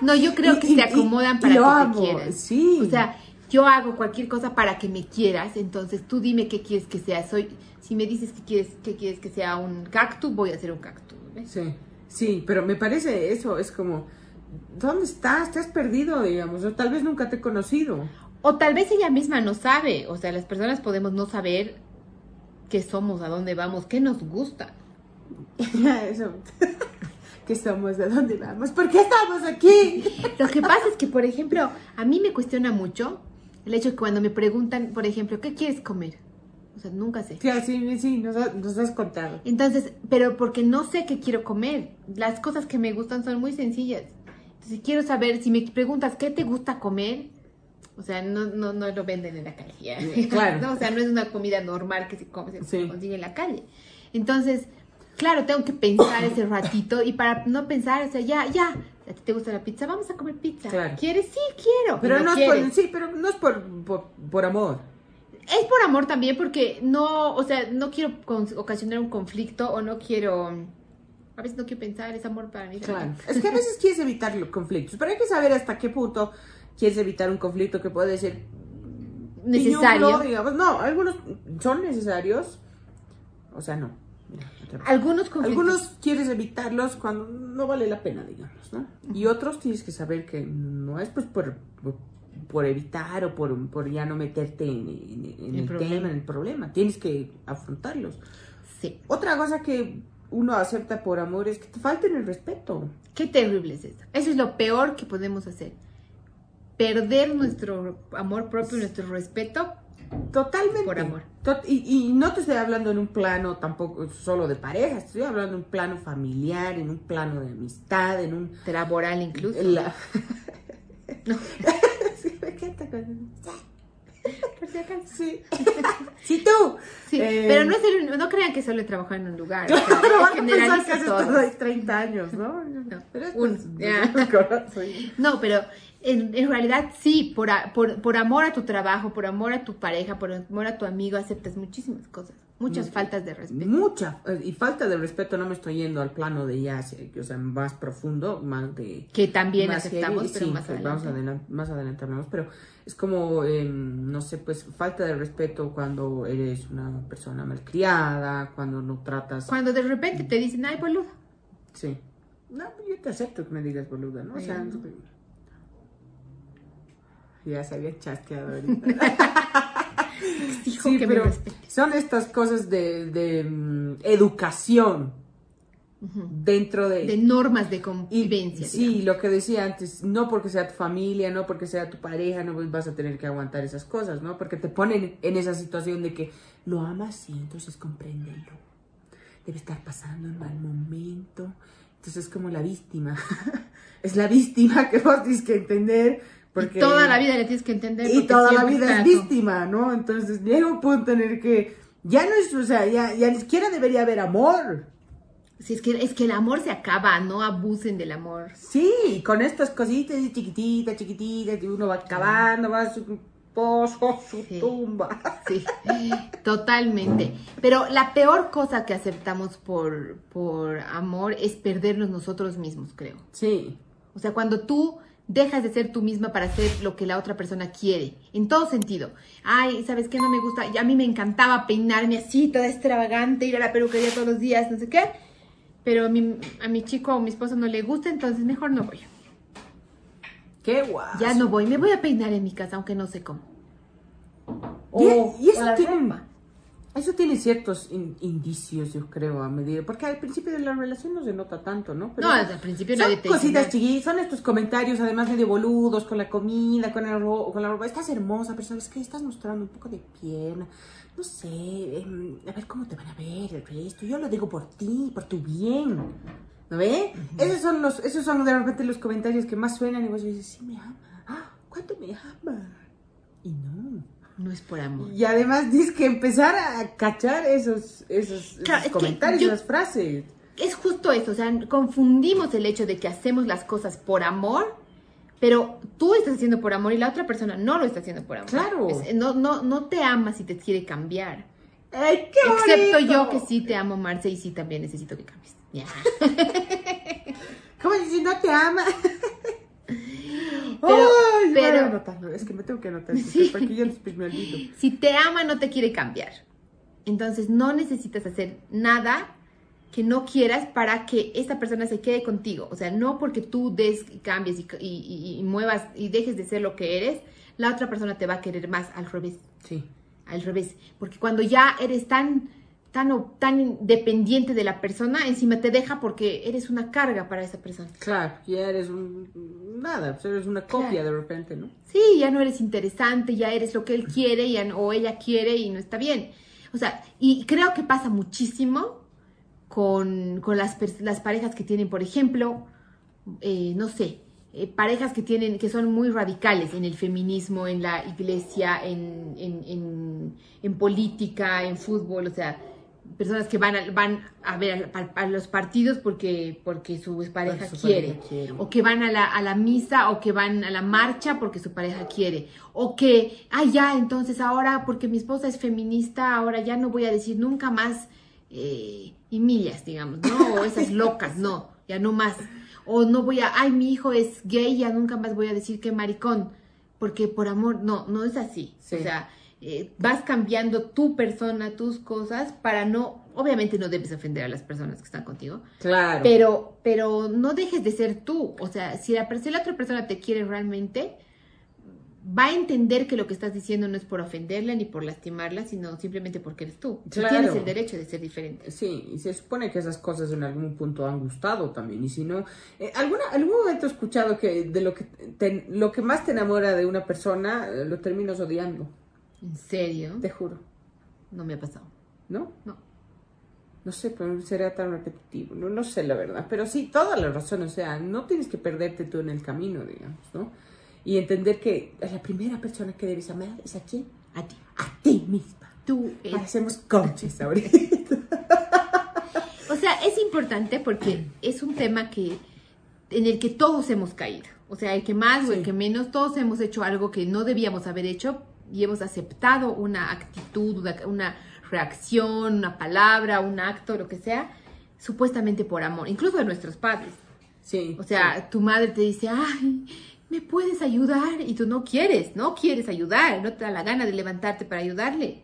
[SPEAKER 2] No, yo creo
[SPEAKER 1] Y-
[SPEAKER 2] que
[SPEAKER 1] y-
[SPEAKER 2] se acomodan
[SPEAKER 1] y- y
[SPEAKER 2] para
[SPEAKER 1] lo
[SPEAKER 2] que
[SPEAKER 1] hago,
[SPEAKER 2] te quieran.
[SPEAKER 1] sí.
[SPEAKER 2] O sea, yo hago cualquier cosa para que me quieras, entonces tú dime qué quieres que sea. Soy, si me dices que quieres que, quieres que sea un cactus, voy a ser un cactus. ¿ves?
[SPEAKER 1] Sí, sí, pero me parece eso, es como... ¿Dónde estás? Te has perdido, digamos, o tal vez nunca te he conocido.
[SPEAKER 2] O tal vez ella misma no sabe. O sea, las personas podemos no saber qué somos, a dónde vamos, qué nos gusta.
[SPEAKER 1] eso. ¿Qué somos? ¿De dónde vamos? ¿Por qué estamos aquí?
[SPEAKER 2] Lo que pasa es que, por ejemplo, a mí me cuestiona mucho el hecho que cuando me preguntan, por ejemplo, ¿qué quieres comer? O sea, nunca sé.
[SPEAKER 1] Sí, sí, sí, nos, ha- nos has contado.
[SPEAKER 2] Entonces, pero porque no sé qué quiero comer. Las cosas que me gustan son muy sencillas. Entonces, quiero saber, si me preguntas qué te gusta comer, o sea, no, no, no lo venden en la calle. ya.
[SPEAKER 1] Claro.
[SPEAKER 2] No, o sea, no es una comida normal que se, come- se
[SPEAKER 1] Sí.
[SPEAKER 2] consigue en la calle. Entonces, claro, tengo que pensar ese ratito y para no pensar, o sea, ya, ya, a ti te gusta la pizza, vamos a comer pizza.
[SPEAKER 1] Claro.
[SPEAKER 2] ¿Quieres? Sí, quiero.
[SPEAKER 1] Pero no, es
[SPEAKER 2] quieres.
[SPEAKER 1] por, sí, pero no es por, por, por amor.
[SPEAKER 2] Es por amor también, porque no, o sea, no quiero con- ocasionar un conflicto o no quiero. A veces no quiero pensar, es amor para mí.
[SPEAKER 1] Claro. Es que a veces quieres evitar los conflictos, pero hay que saber hasta qué punto quieres evitar un conflicto que puede ser
[SPEAKER 2] Necesario.
[SPEAKER 1] piñón, digamos. No, algunos son necesarios. O sea, no. Mira, otra vez.
[SPEAKER 2] Algunos conflictos.
[SPEAKER 1] Algunos quieres evitarlos cuando no vale la pena, digamos, ¿no? Y otros tienes que saber que no es pues por, por, por evitar o por, por ya no meterte en, en- en
[SPEAKER 2] El
[SPEAKER 1] el,
[SPEAKER 2] problema.
[SPEAKER 1] tema, en el problema. Tienes que afrontarlos.
[SPEAKER 2] Sí.
[SPEAKER 1] Otra cosa que uno acepta por amor es que te falten el respeto.
[SPEAKER 2] Qué terrible es esto. Eso es lo peor que podemos hacer. Perder nuestro amor propio, nuestro respeto.
[SPEAKER 1] Totalmente.
[SPEAKER 2] Por amor.
[SPEAKER 1] Tot- y, y no te estoy hablando en un plano tampoco solo de pareja, estoy hablando en un plano familiar, en un plano de amistad, en un...
[SPEAKER 2] Laboral incluso.
[SPEAKER 1] en la- Sí, me encanta cuando-
[SPEAKER 2] Por si acaso.
[SPEAKER 1] Sí. sí, tú.
[SPEAKER 2] Sí,
[SPEAKER 1] Eh,
[SPEAKER 2] pero no, es el único- no crean que solo trabajar en un lugar. o sea,
[SPEAKER 1] Pero van a pensar
[SPEAKER 2] generalizo
[SPEAKER 1] que has
[SPEAKER 2] todo.
[SPEAKER 1] estado ahí 30 años, ¿no? Pero esto
[SPEAKER 2] uno,
[SPEAKER 1] es-
[SPEAKER 2] ya. No, pero en, en realidad sí, por, a- por, por amor a tu trabajo, por amor a tu pareja, por amor a tu amigo, aceptas muchísimas cosas, muchas faltas de respeto.
[SPEAKER 1] Mucha. eh, Y falta de respeto, no me estoy yendo al plano de ya, se- o sea, más profundo, más de...
[SPEAKER 2] Que también
[SPEAKER 1] más
[SPEAKER 2] aceptamos,
[SPEAKER 1] heavy,
[SPEAKER 2] pero
[SPEAKER 1] sí,
[SPEAKER 2] más
[SPEAKER 1] que
[SPEAKER 2] adelante.
[SPEAKER 1] Vamos adelan- más adelante hablamos, pero es como, em, no sé, pues falta de respeto cuando eres una persona malcriada, cuando no tratas...
[SPEAKER 2] Cuando de repente te dicen, ay, boludo.
[SPEAKER 1] Sí. No, yo te acepto que me digas boluda, ¿no? O sea,
[SPEAKER 2] Bueno.
[SPEAKER 1] ya se había chasqueado ahorita.
[SPEAKER 2] Dijo
[SPEAKER 1] Sí,
[SPEAKER 2] que me
[SPEAKER 1] pero
[SPEAKER 2] respete.
[SPEAKER 1] son estas cosas de, de, mm, educación dentro de...
[SPEAKER 2] De normas de
[SPEAKER 1] y-
[SPEAKER 2] convivencia.
[SPEAKER 1] sí, lo que decía antes, no porque sea tu familia, no porque sea tu pareja, no vas a tener que aguantar esas cosas, ¿no? Porque te ponen en esa situación de que lo amas y entonces compréndelo. Debe estar pasando un mal momento. Entonces es como la víctima. es la víctima que vos tienes que entender. Porque
[SPEAKER 2] Y toda la vida le tienes que entender.
[SPEAKER 1] y
[SPEAKER 2] porque
[SPEAKER 1] toda la
[SPEAKER 2] siempre
[SPEAKER 1] vida es
[SPEAKER 2] está con-
[SPEAKER 1] víctima, ¿no? Entonces llega un punto en el que ya no es, o sea, ya, ya ni siquiera debería haber amor.
[SPEAKER 2] Sí, es que, es que el amor se acaba, no abusen del amor.
[SPEAKER 1] Sí, y con estas cositas de chiquititas, chiquititas, y uno va acabando, va a su pozo, a su
[SPEAKER 2] Sí.
[SPEAKER 1] tumba.
[SPEAKER 2] Sí, totalmente. Pero la peor cosa que aceptamos por, por amor es perdernos nosotros mismos, creo.
[SPEAKER 1] Sí,
[SPEAKER 2] O sea, cuando tú dejas de ser tú misma para hacer lo que la otra persona quiere, en todo sentido. Ay, ¿sabes qué? No me gusta. Y a mí me encantaba peinarme así, toda extravagante, ir a la peluquería todos los días, no sé qué. Pero a mi, a mi chico o mi esposo no le gusta, entonces mejor no voy.
[SPEAKER 1] qué guay.
[SPEAKER 2] Ya no voy, me voy a peinar en mi casa, aunque no sé cómo.
[SPEAKER 1] Y-
[SPEAKER 2] O-
[SPEAKER 1] y
[SPEAKER 2] o
[SPEAKER 1] eso
[SPEAKER 2] Oh, la
[SPEAKER 1] tiene-
[SPEAKER 2] ropa.
[SPEAKER 1] Eso tiene ciertos in- indicios, yo creo, a medida. Porque al principio de la relación no se nota tanto, ¿no?
[SPEAKER 2] No,
[SPEAKER 1] eso-
[SPEAKER 2] al principio
[SPEAKER 1] son
[SPEAKER 2] nadie te dice
[SPEAKER 1] cositas
[SPEAKER 2] nada.
[SPEAKER 1] chiquitas, son estos comentarios, además medio boludos, con la comida, con, el ro- con la ropa. Estás hermosa, pero ¿sabes qué? Estás mostrando un poco de pierna. No sé, em, a ver cómo te van a ver el resto. Yo lo digo por ti, por tu bien. ¿No ve? Esos son los, esos son de repente los comentarios que más suenan y vos dices, sí me ama. ¡Ah! ¿Cuánto me ama? Y no.
[SPEAKER 2] No es por amor.
[SPEAKER 1] Y además tienes que empezar a cachar esos, esos,
[SPEAKER 2] Claro,
[SPEAKER 1] esos
[SPEAKER 2] es que
[SPEAKER 1] comentarios,
[SPEAKER 2] yo-
[SPEAKER 1] esas frases.
[SPEAKER 2] es justo eso, o sea, confundimos el hecho de que hacemos las cosas por amor, pero tú estás haciendo por amor y la otra persona no lo está haciendo por amor.
[SPEAKER 1] Claro.
[SPEAKER 2] Es- eh, no, no, no te ama si te quiere cambiar.
[SPEAKER 1] ¡Ay, qué
[SPEAKER 2] Excepto
[SPEAKER 1] bonito!
[SPEAKER 2] yo que sí te amo, Marce, y sí también necesito que cambies. Ya.
[SPEAKER 1] ¿Cómo si no te ama?
[SPEAKER 2] Pero-
[SPEAKER 1] Ay, voy a
[SPEAKER 2] pero-
[SPEAKER 1] anotarlo, es que me tengo que anotar,
[SPEAKER 2] Sí.
[SPEAKER 1] porque yo después me olvido.
[SPEAKER 2] Si te ama, no te quiere cambiar. Entonces no necesitas hacer nada que no quieras para que esta persona se quede contigo. O sea, no porque tú des, cambies y, y- y- y muevas y dejes de ser lo que eres, la otra persona te va a querer más al revés.
[SPEAKER 1] Sí.
[SPEAKER 2] al revés, porque cuando ya eres tan tan o- tan dependiente de la persona, encima te deja porque eres una carga para esa persona.
[SPEAKER 1] Claro, ya eres un... nada, pues eres una copia
[SPEAKER 2] Claro.
[SPEAKER 1] de repente, ¿no?
[SPEAKER 2] Sí, ya no eres interesante, ya eres lo que él quiere ya no- o ella quiere y no está bien. O sea, y creo que pasa muchísimo con, con las, pers- las parejas que tienen, por ejemplo, eh, no sé, eh, parejas que tienen, que son muy radicales en el feminismo, en la iglesia, en, en, en- en política, en fútbol, o sea, personas que van a, van a ver a, a- a los partidos porque, porque su pareja
[SPEAKER 1] su
[SPEAKER 2] quiere.
[SPEAKER 1] pareja quiere.
[SPEAKER 2] O que van a la, a la misa o que van a la marcha porque su pareja quiere. O que, ah, ya, entonces ahora porque mi esposa es feminista, ahora ya no voy a decir nunca más eh, Emilias, digamos, ¿no? O esas locas, no, ya no más. O no voy a, ay, mi hijo es gay, ya nunca más voy a decir que maricón. Porque por amor, no, no es así.
[SPEAKER 1] Sí.
[SPEAKER 2] O sea, eh, vas cambiando tu persona, tus cosas, para no, obviamente no debes ofender a las personas que están contigo,
[SPEAKER 1] Claro.
[SPEAKER 2] pero, pero no dejes de ser tú. O sea, si la, per- si la otra persona te quiere realmente, va a entender que lo que estás diciendo no es por ofenderla ni por lastimarla, sino simplemente porque eres tú. Y
[SPEAKER 1] Claro.
[SPEAKER 2] Tienes el derecho de ser diferente.
[SPEAKER 1] Sí, y se supone que esas cosas en algún punto han gustado también. Y si no, eh, alguna, algún momento he escuchado que de lo que te- lo que más te enamora de una persona, eh, lo terminas odiando,
[SPEAKER 2] ¿En serio?
[SPEAKER 1] te juro,
[SPEAKER 2] No me ha pasado.
[SPEAKER 1] ¿no?
[SPEAKER 2] No.
[SPEAKER 1] No sé, pero será tan repetitivo, no, no sé la verdad. Pero sí, toda la razón, o sea, no tienes que perderte tú en el camino, digamos, ¿no? Y entender que a la primera persona que debes amar es a quién?
[SPEAKER 2] A ti.
[SPEAKER 1] A ti misma.
[SPEAKER 2] Tú eres-
[SPEAKER 1] Parecemos coaches ahorita.
[SPEAKER 2] O sea, es importante porque es un tema que en el que todos hemos caído. O sea, el que más o el
[SPEAKER 1] Sí.
[SPEAKER 2] que menos, todos hemos hecho algo que no debíamos haber hecho y hemos aceptado una actitud, una, una reacción, una palabra, un acto, lo que sea, supuestamente por amor, incluso de nuestros padres.
[SPEAKER 1] Sí.
[SPEAKER 2] O sea, tu madre te dice, ay, ¿me puedes ayudar? Y tú no quieres, no quieres ayudar, no te da la gana de levantarte para ayudarle.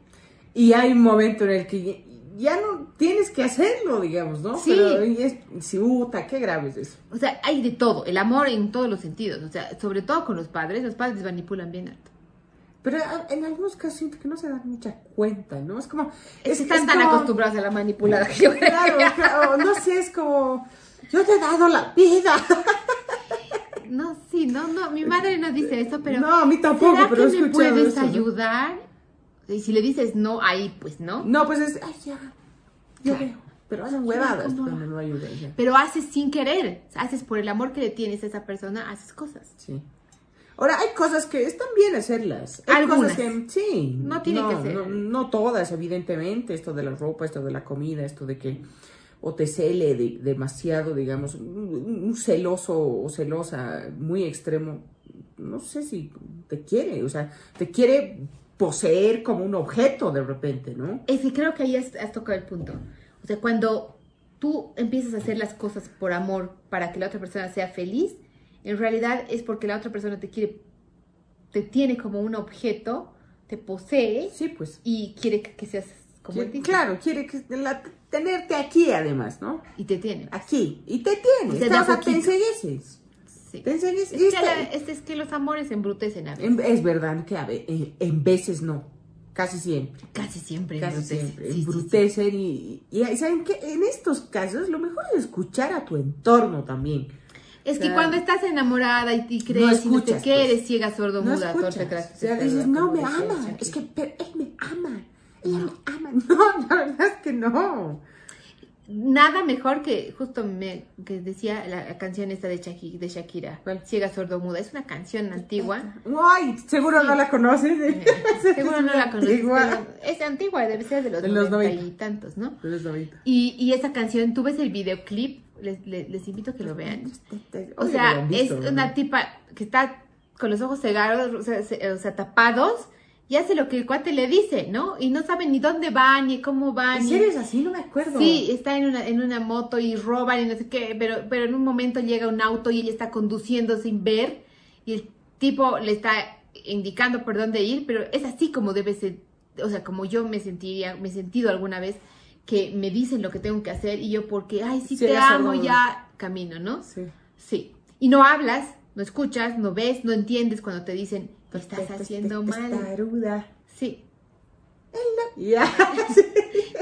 [SPEAKER 1] Y hay un momento en el que ya- ya no tienes que hacerlo, digamos, ¿no?
[SPEAKER 2] Sí.
[SPEAKER 1] Pero y es, si, puta, qué grave es eso.
[SPEAKER 2] O sea, hay de todo, el amor en todos los sentidos, o sea, sobre todo con los padres, los padres manipulan bien harto.
[SPEAKER 1] Pero a- en algunos casos siento que no se dan mucha cuenta, ¿no? Es como...
[SPEAKER 2] Es que
[SPEAKER 1] es-
[SPEAKER 2] están
[SPEAKER 1] es
[SPEAKER 2] tan
[SPEAKER 1] como-
[SPEAKER 2] acostumbrados a la manipulada que yo creo.
[SPEAKER 1] Claro, claro, no sé, es como... Yo te he dado la vida.
[SPEAKER 2] No, sí, no, no, mi madre no dice eso, pero...
[SPEAKER 1] No, a mí tampoco,
[SPEAKER 2] ¿será
[SPEAKER 1] pero he
[SPEAKER 2] que me
[SPEAKER 1] escuchado
[SPEAKER 2] puedes
[SPEAKER 1] eso, ¿no?
[SPEAKER 2] ayudar? Y si le dices no, ahí pues no.
[SPEAKER 1] No, pues es... Ay, ya. Yo
[SPEAKER 2] Claro.
[SPEAKER 1] veo. Pero hacen huevadas
[SPEAKER 2] ¿cómo?
[SPEAKER 1] cuando no ayudan. ya.
[SPEAKER 2] Pero haces sin querer, haces por el amor que le tienes a esa persona, haces cosas.
[SPEAKER 1] Sí. Ahora, hay cosas que están bien hacerlas. Hay
[SPEAKER 2] Algunas.
[SPEAKER 1] cosas que, sí.
[SPEAKER 2] No tiene que ser.
[SPEAKER 1] No, no todas, evidentemente. Esto de la ropa, esto de la comida, esto de que o te cele de- demasiado, digamos, un, un celoso o celosa muy extremo, no sé si te quiere, o sea, te quiere poseer como un objeto de repente, ¿no?
[SPEAKER 2] Es que creo que ahí has, has tocado el punto. O sea, cuando tú empiezas a hacer las cosas por amor para que la otra persona sea feliz, en realidad es porque la otra persona te quiere, te tiene como un objeto, te posee
[SPEAKER 1] Sí, pues.
[SPEAKER 2] y quiere que, que seas como él
[SPEAKER 1] Quiere-
[SPEAKER 2] dice.
[SPEAKER 1] claro, quiere que la- tenerte aquí además, ¿no?
[SPEAKER 2] Y te tiene.
[SPEAKER 1] Aquí. Y te
[SPEAKER 2] Y
[SPEAKER 1] tiene.
[SPEAKER 2] te da
[SPEAKER 1] o sea, te
[SPEAKER 2] poquito.
[SPEAKER 1] ensegueces.
[SPEAKER 2] Sí.
[SPEAKER 1] Te ensegueces.
[SPEAKER 2] Es
[SPEAKER 1] y
[SPEAKER 2] que,
[SPEAKER 1] está-
[SPEAKER 2] la- es- es que los amores embrutecen a veces.
[SPEAKER 1] En- es verdad que a ve- en, en veces no, casi siempre.
[SPEAKER 2] Casi siempre
[SPEAKER 1] Eh, Casi
[SPEAKER 2] embrutecen.
[SPEAKER 1] siempre.
[SPEAKER 2] Sí, sí, sí.
[SPEAKER 1] Embrutecen y- y, y saben que en estos casos lo mejor es escuchar a tu entorno también.
[SPEAKER 2] Es que
[SPEAKER 1] Claro.
[SPEAKER 2] cuando estás enamorada y, y crees
[SPEAKER 1] No
[SPEAKER 2] y no te
[SPEAKER 1] escuchas,
[SPEAKER 2] quieres,
[SPEAKER 1] pues.
[SPEAKER 2] ciega, sordo,
[SPEAKER 1] No
[SPEAKER 2] muda,
[SPEAKER 1] escuchas.
[SPEAKER 2] torpe, tras-
[SPEAKER 1] O sea,
[SPEAKER 2] tras-
[SPEAKER 1] dices, no
[SPEAKER 2] como
[SPEAKER 1] me
[SPEAKER 2] decía
[SPEAKER 1] ama.
[SPEAKER 2] Shakira.
[SPEAKER 1] Es que pero él me ama. Ella me ama. No, la verdad es que no.
[SPEAKER 2] Nada mejor que, justo me que decía la, la canción esta de, Shaki- de Shakira,
[SPEAKER 1] ¿Cuál?
[SPEAKER 2] Ciega Sordo Muda, es una canción antigua.
[SPEAKER 1] Ay, seguro no la conoces.
[SPEAKER 2] Eh, Seguro no la conoces.
[SPEAKER 1] Antigua.
[SPEAKER 2] pero Es antigua, debe ser de los,
[SPEAKER 1] De los
[SPEAKER 2] 90 y
[SPEAKER 1] noventa.
[SPEAKER 2] tantos, ¿no?
[SPEAKER 1] Pero es bonita.
[SPEAKER 2] Y, y esa canción, tú ves el videoclip, les, les- les invito a que lo vean. O
[SPEAKER 1] Obvio pues, que este, lo
[SPEAKER 2] sea,
[SPEAKER 1] han
[SPEAKER 2] es
[SPEAKER 1] visto, ¿no?
[SPEAKER 2] una tipa que está con los ojos cegados, o sea, ce- o sea, tapados, y hace lo que el cuate le dice, ¿no? Y no sabe ni dónde va, ni cómo va,
[SPEAKER 1] ¿En
[SPEAKER 2] ni...
[SPEAKER 1] serio es así? No me acuerdo.
[SPEAKER 2] Sí, está en una, en una moto y roban y no sé qué, pero, pero en un momento llega un auto y ella está conduciendo sin ver y el tipo le está indicando por dónde ir, pero es así como debe ser, o sea, como yo me sentiría, me he sentido alguna vez que me dicen lo que tengo que hacer y yo porque, ay, sí
[SPEAKER 1] Sí,
[SPEAKER 2] te
[SPEAKER 1] eres
[SPEAKER 2] amo,
[SPEAKER 1] sordo,
[SPEAKER 2] ya camino, ¿no?
[SPEAKER 1] Sí.
[SPEAKER 2] Sí. Y no hablas, no escuchas, no ves, no entiendes cuando te dicen, lo estás haciendo mal.
[SPEAKER 1] Taruda.
[SPEAKER 2] Sí,
[SPEAKER 1] Ya.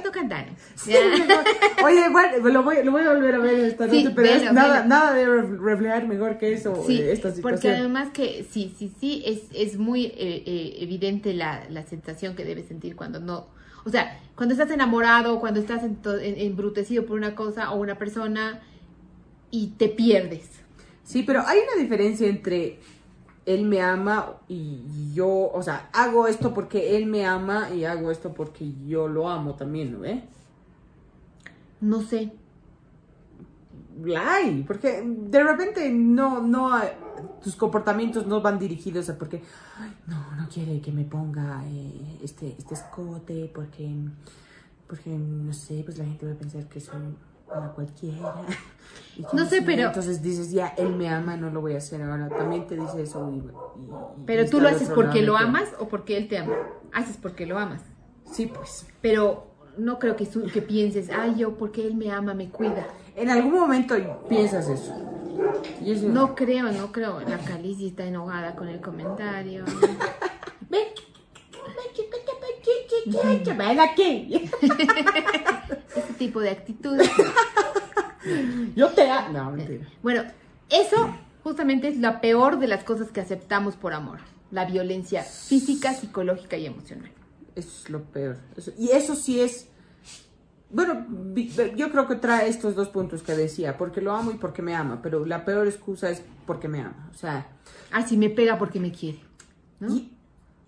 [SPEAKER 2] no cantaron.
[SPEAKER 1] Sí, mejor. Oye, bueno, lo voy, lo voy a volver a ver esta
[SPEAKER 2] Sí,
[SPEAKER 1] noche, pero es
[SPEAKER 2] velo,
[SPEAKER 1] nada,
[SPEAKER 2] velo.
[SPEAKER 1] nada debe ref- reflejar mejor que eso,
[SPEAKER 2] Sí,
[SPEAKER 1] eh, esta situación.
[SPEAKER 2] porque además que sí, sí, sí, es, es muy eh, eh, evidente la, la sensación que debes sentir cuando no, o O sea, cuando estás enamorado, cuando estás ento- en- embrutecido por una cosa o una persona y te pierdes.
[SPEAKER 1] Sí, pero hay una diferencia entre él me ama y yo, o sea, hago esto porque él me ama y hago esto porque yo lo amo también, ¿no ve?
[SPEAKER 2] No sé.
[SPEAKER 1] La hay, porque de repente no, no, hay- tus comportamientos no van dirigidos a porque, "Ay, no, no quiere que me ponga eh, este, este escote, porque, porque, no sé, pues la gente va a pensar que soy una cualquiera. Y que
[SPEAKER 2] No sé, pero-
[SPEAKER 1] Entonces dices, ya, él me ama, no lo voy a hacer ahora. También te dice eso. y- y- y
[SPEAKER 2] Pero
[SPEAKER 1] está
[SPEAKER 2] tú lo
[SPEAKER 1] al
[SPEAKER 2] haces
[SPEAKER 1] otro
[SPEAKER 2] porque
[SPEAKER 1] lado
[SPEAKER 2] lo
[SPEAKER 1] de ti.
[SPEAKER 2] amas o porque él te ama. Haces porque lo amas.
[SPEAKER 1] Sí, pues.
[SPEAKER 2] Pero no creo que, su- que pienses, ay, yo porque él me ama, me cuida.
[SPEAKER 1] En algún momento piensas eso. Y eso-
[SPEAKER 2] No creo, no creo. La Calici está enojada con el comentario.
[SPEAKER 1] Ven, ven aquí.
[SPEAKER 2] Ese tipo de actitudes.
[SPEAKER 1] Yo te amo. No, mentira.
[SPEAKER 2] Bueno, eso justamente es la peor de las cosas que aceptamos por amor. La violencia física, psicológica y emocional.
[SPEAKER 1] Eso es lo peor. Eso- y eso sí es. Bueno, vi- yo creo que trae estos dos puntos que decía, porque lo amo y porque me ama, pero la peor excusa es porque me ama. O sea,
[SPEAKER 2] Ah, sí, me pega porque me quiere. ¿no?
[SPEAKER 1] y,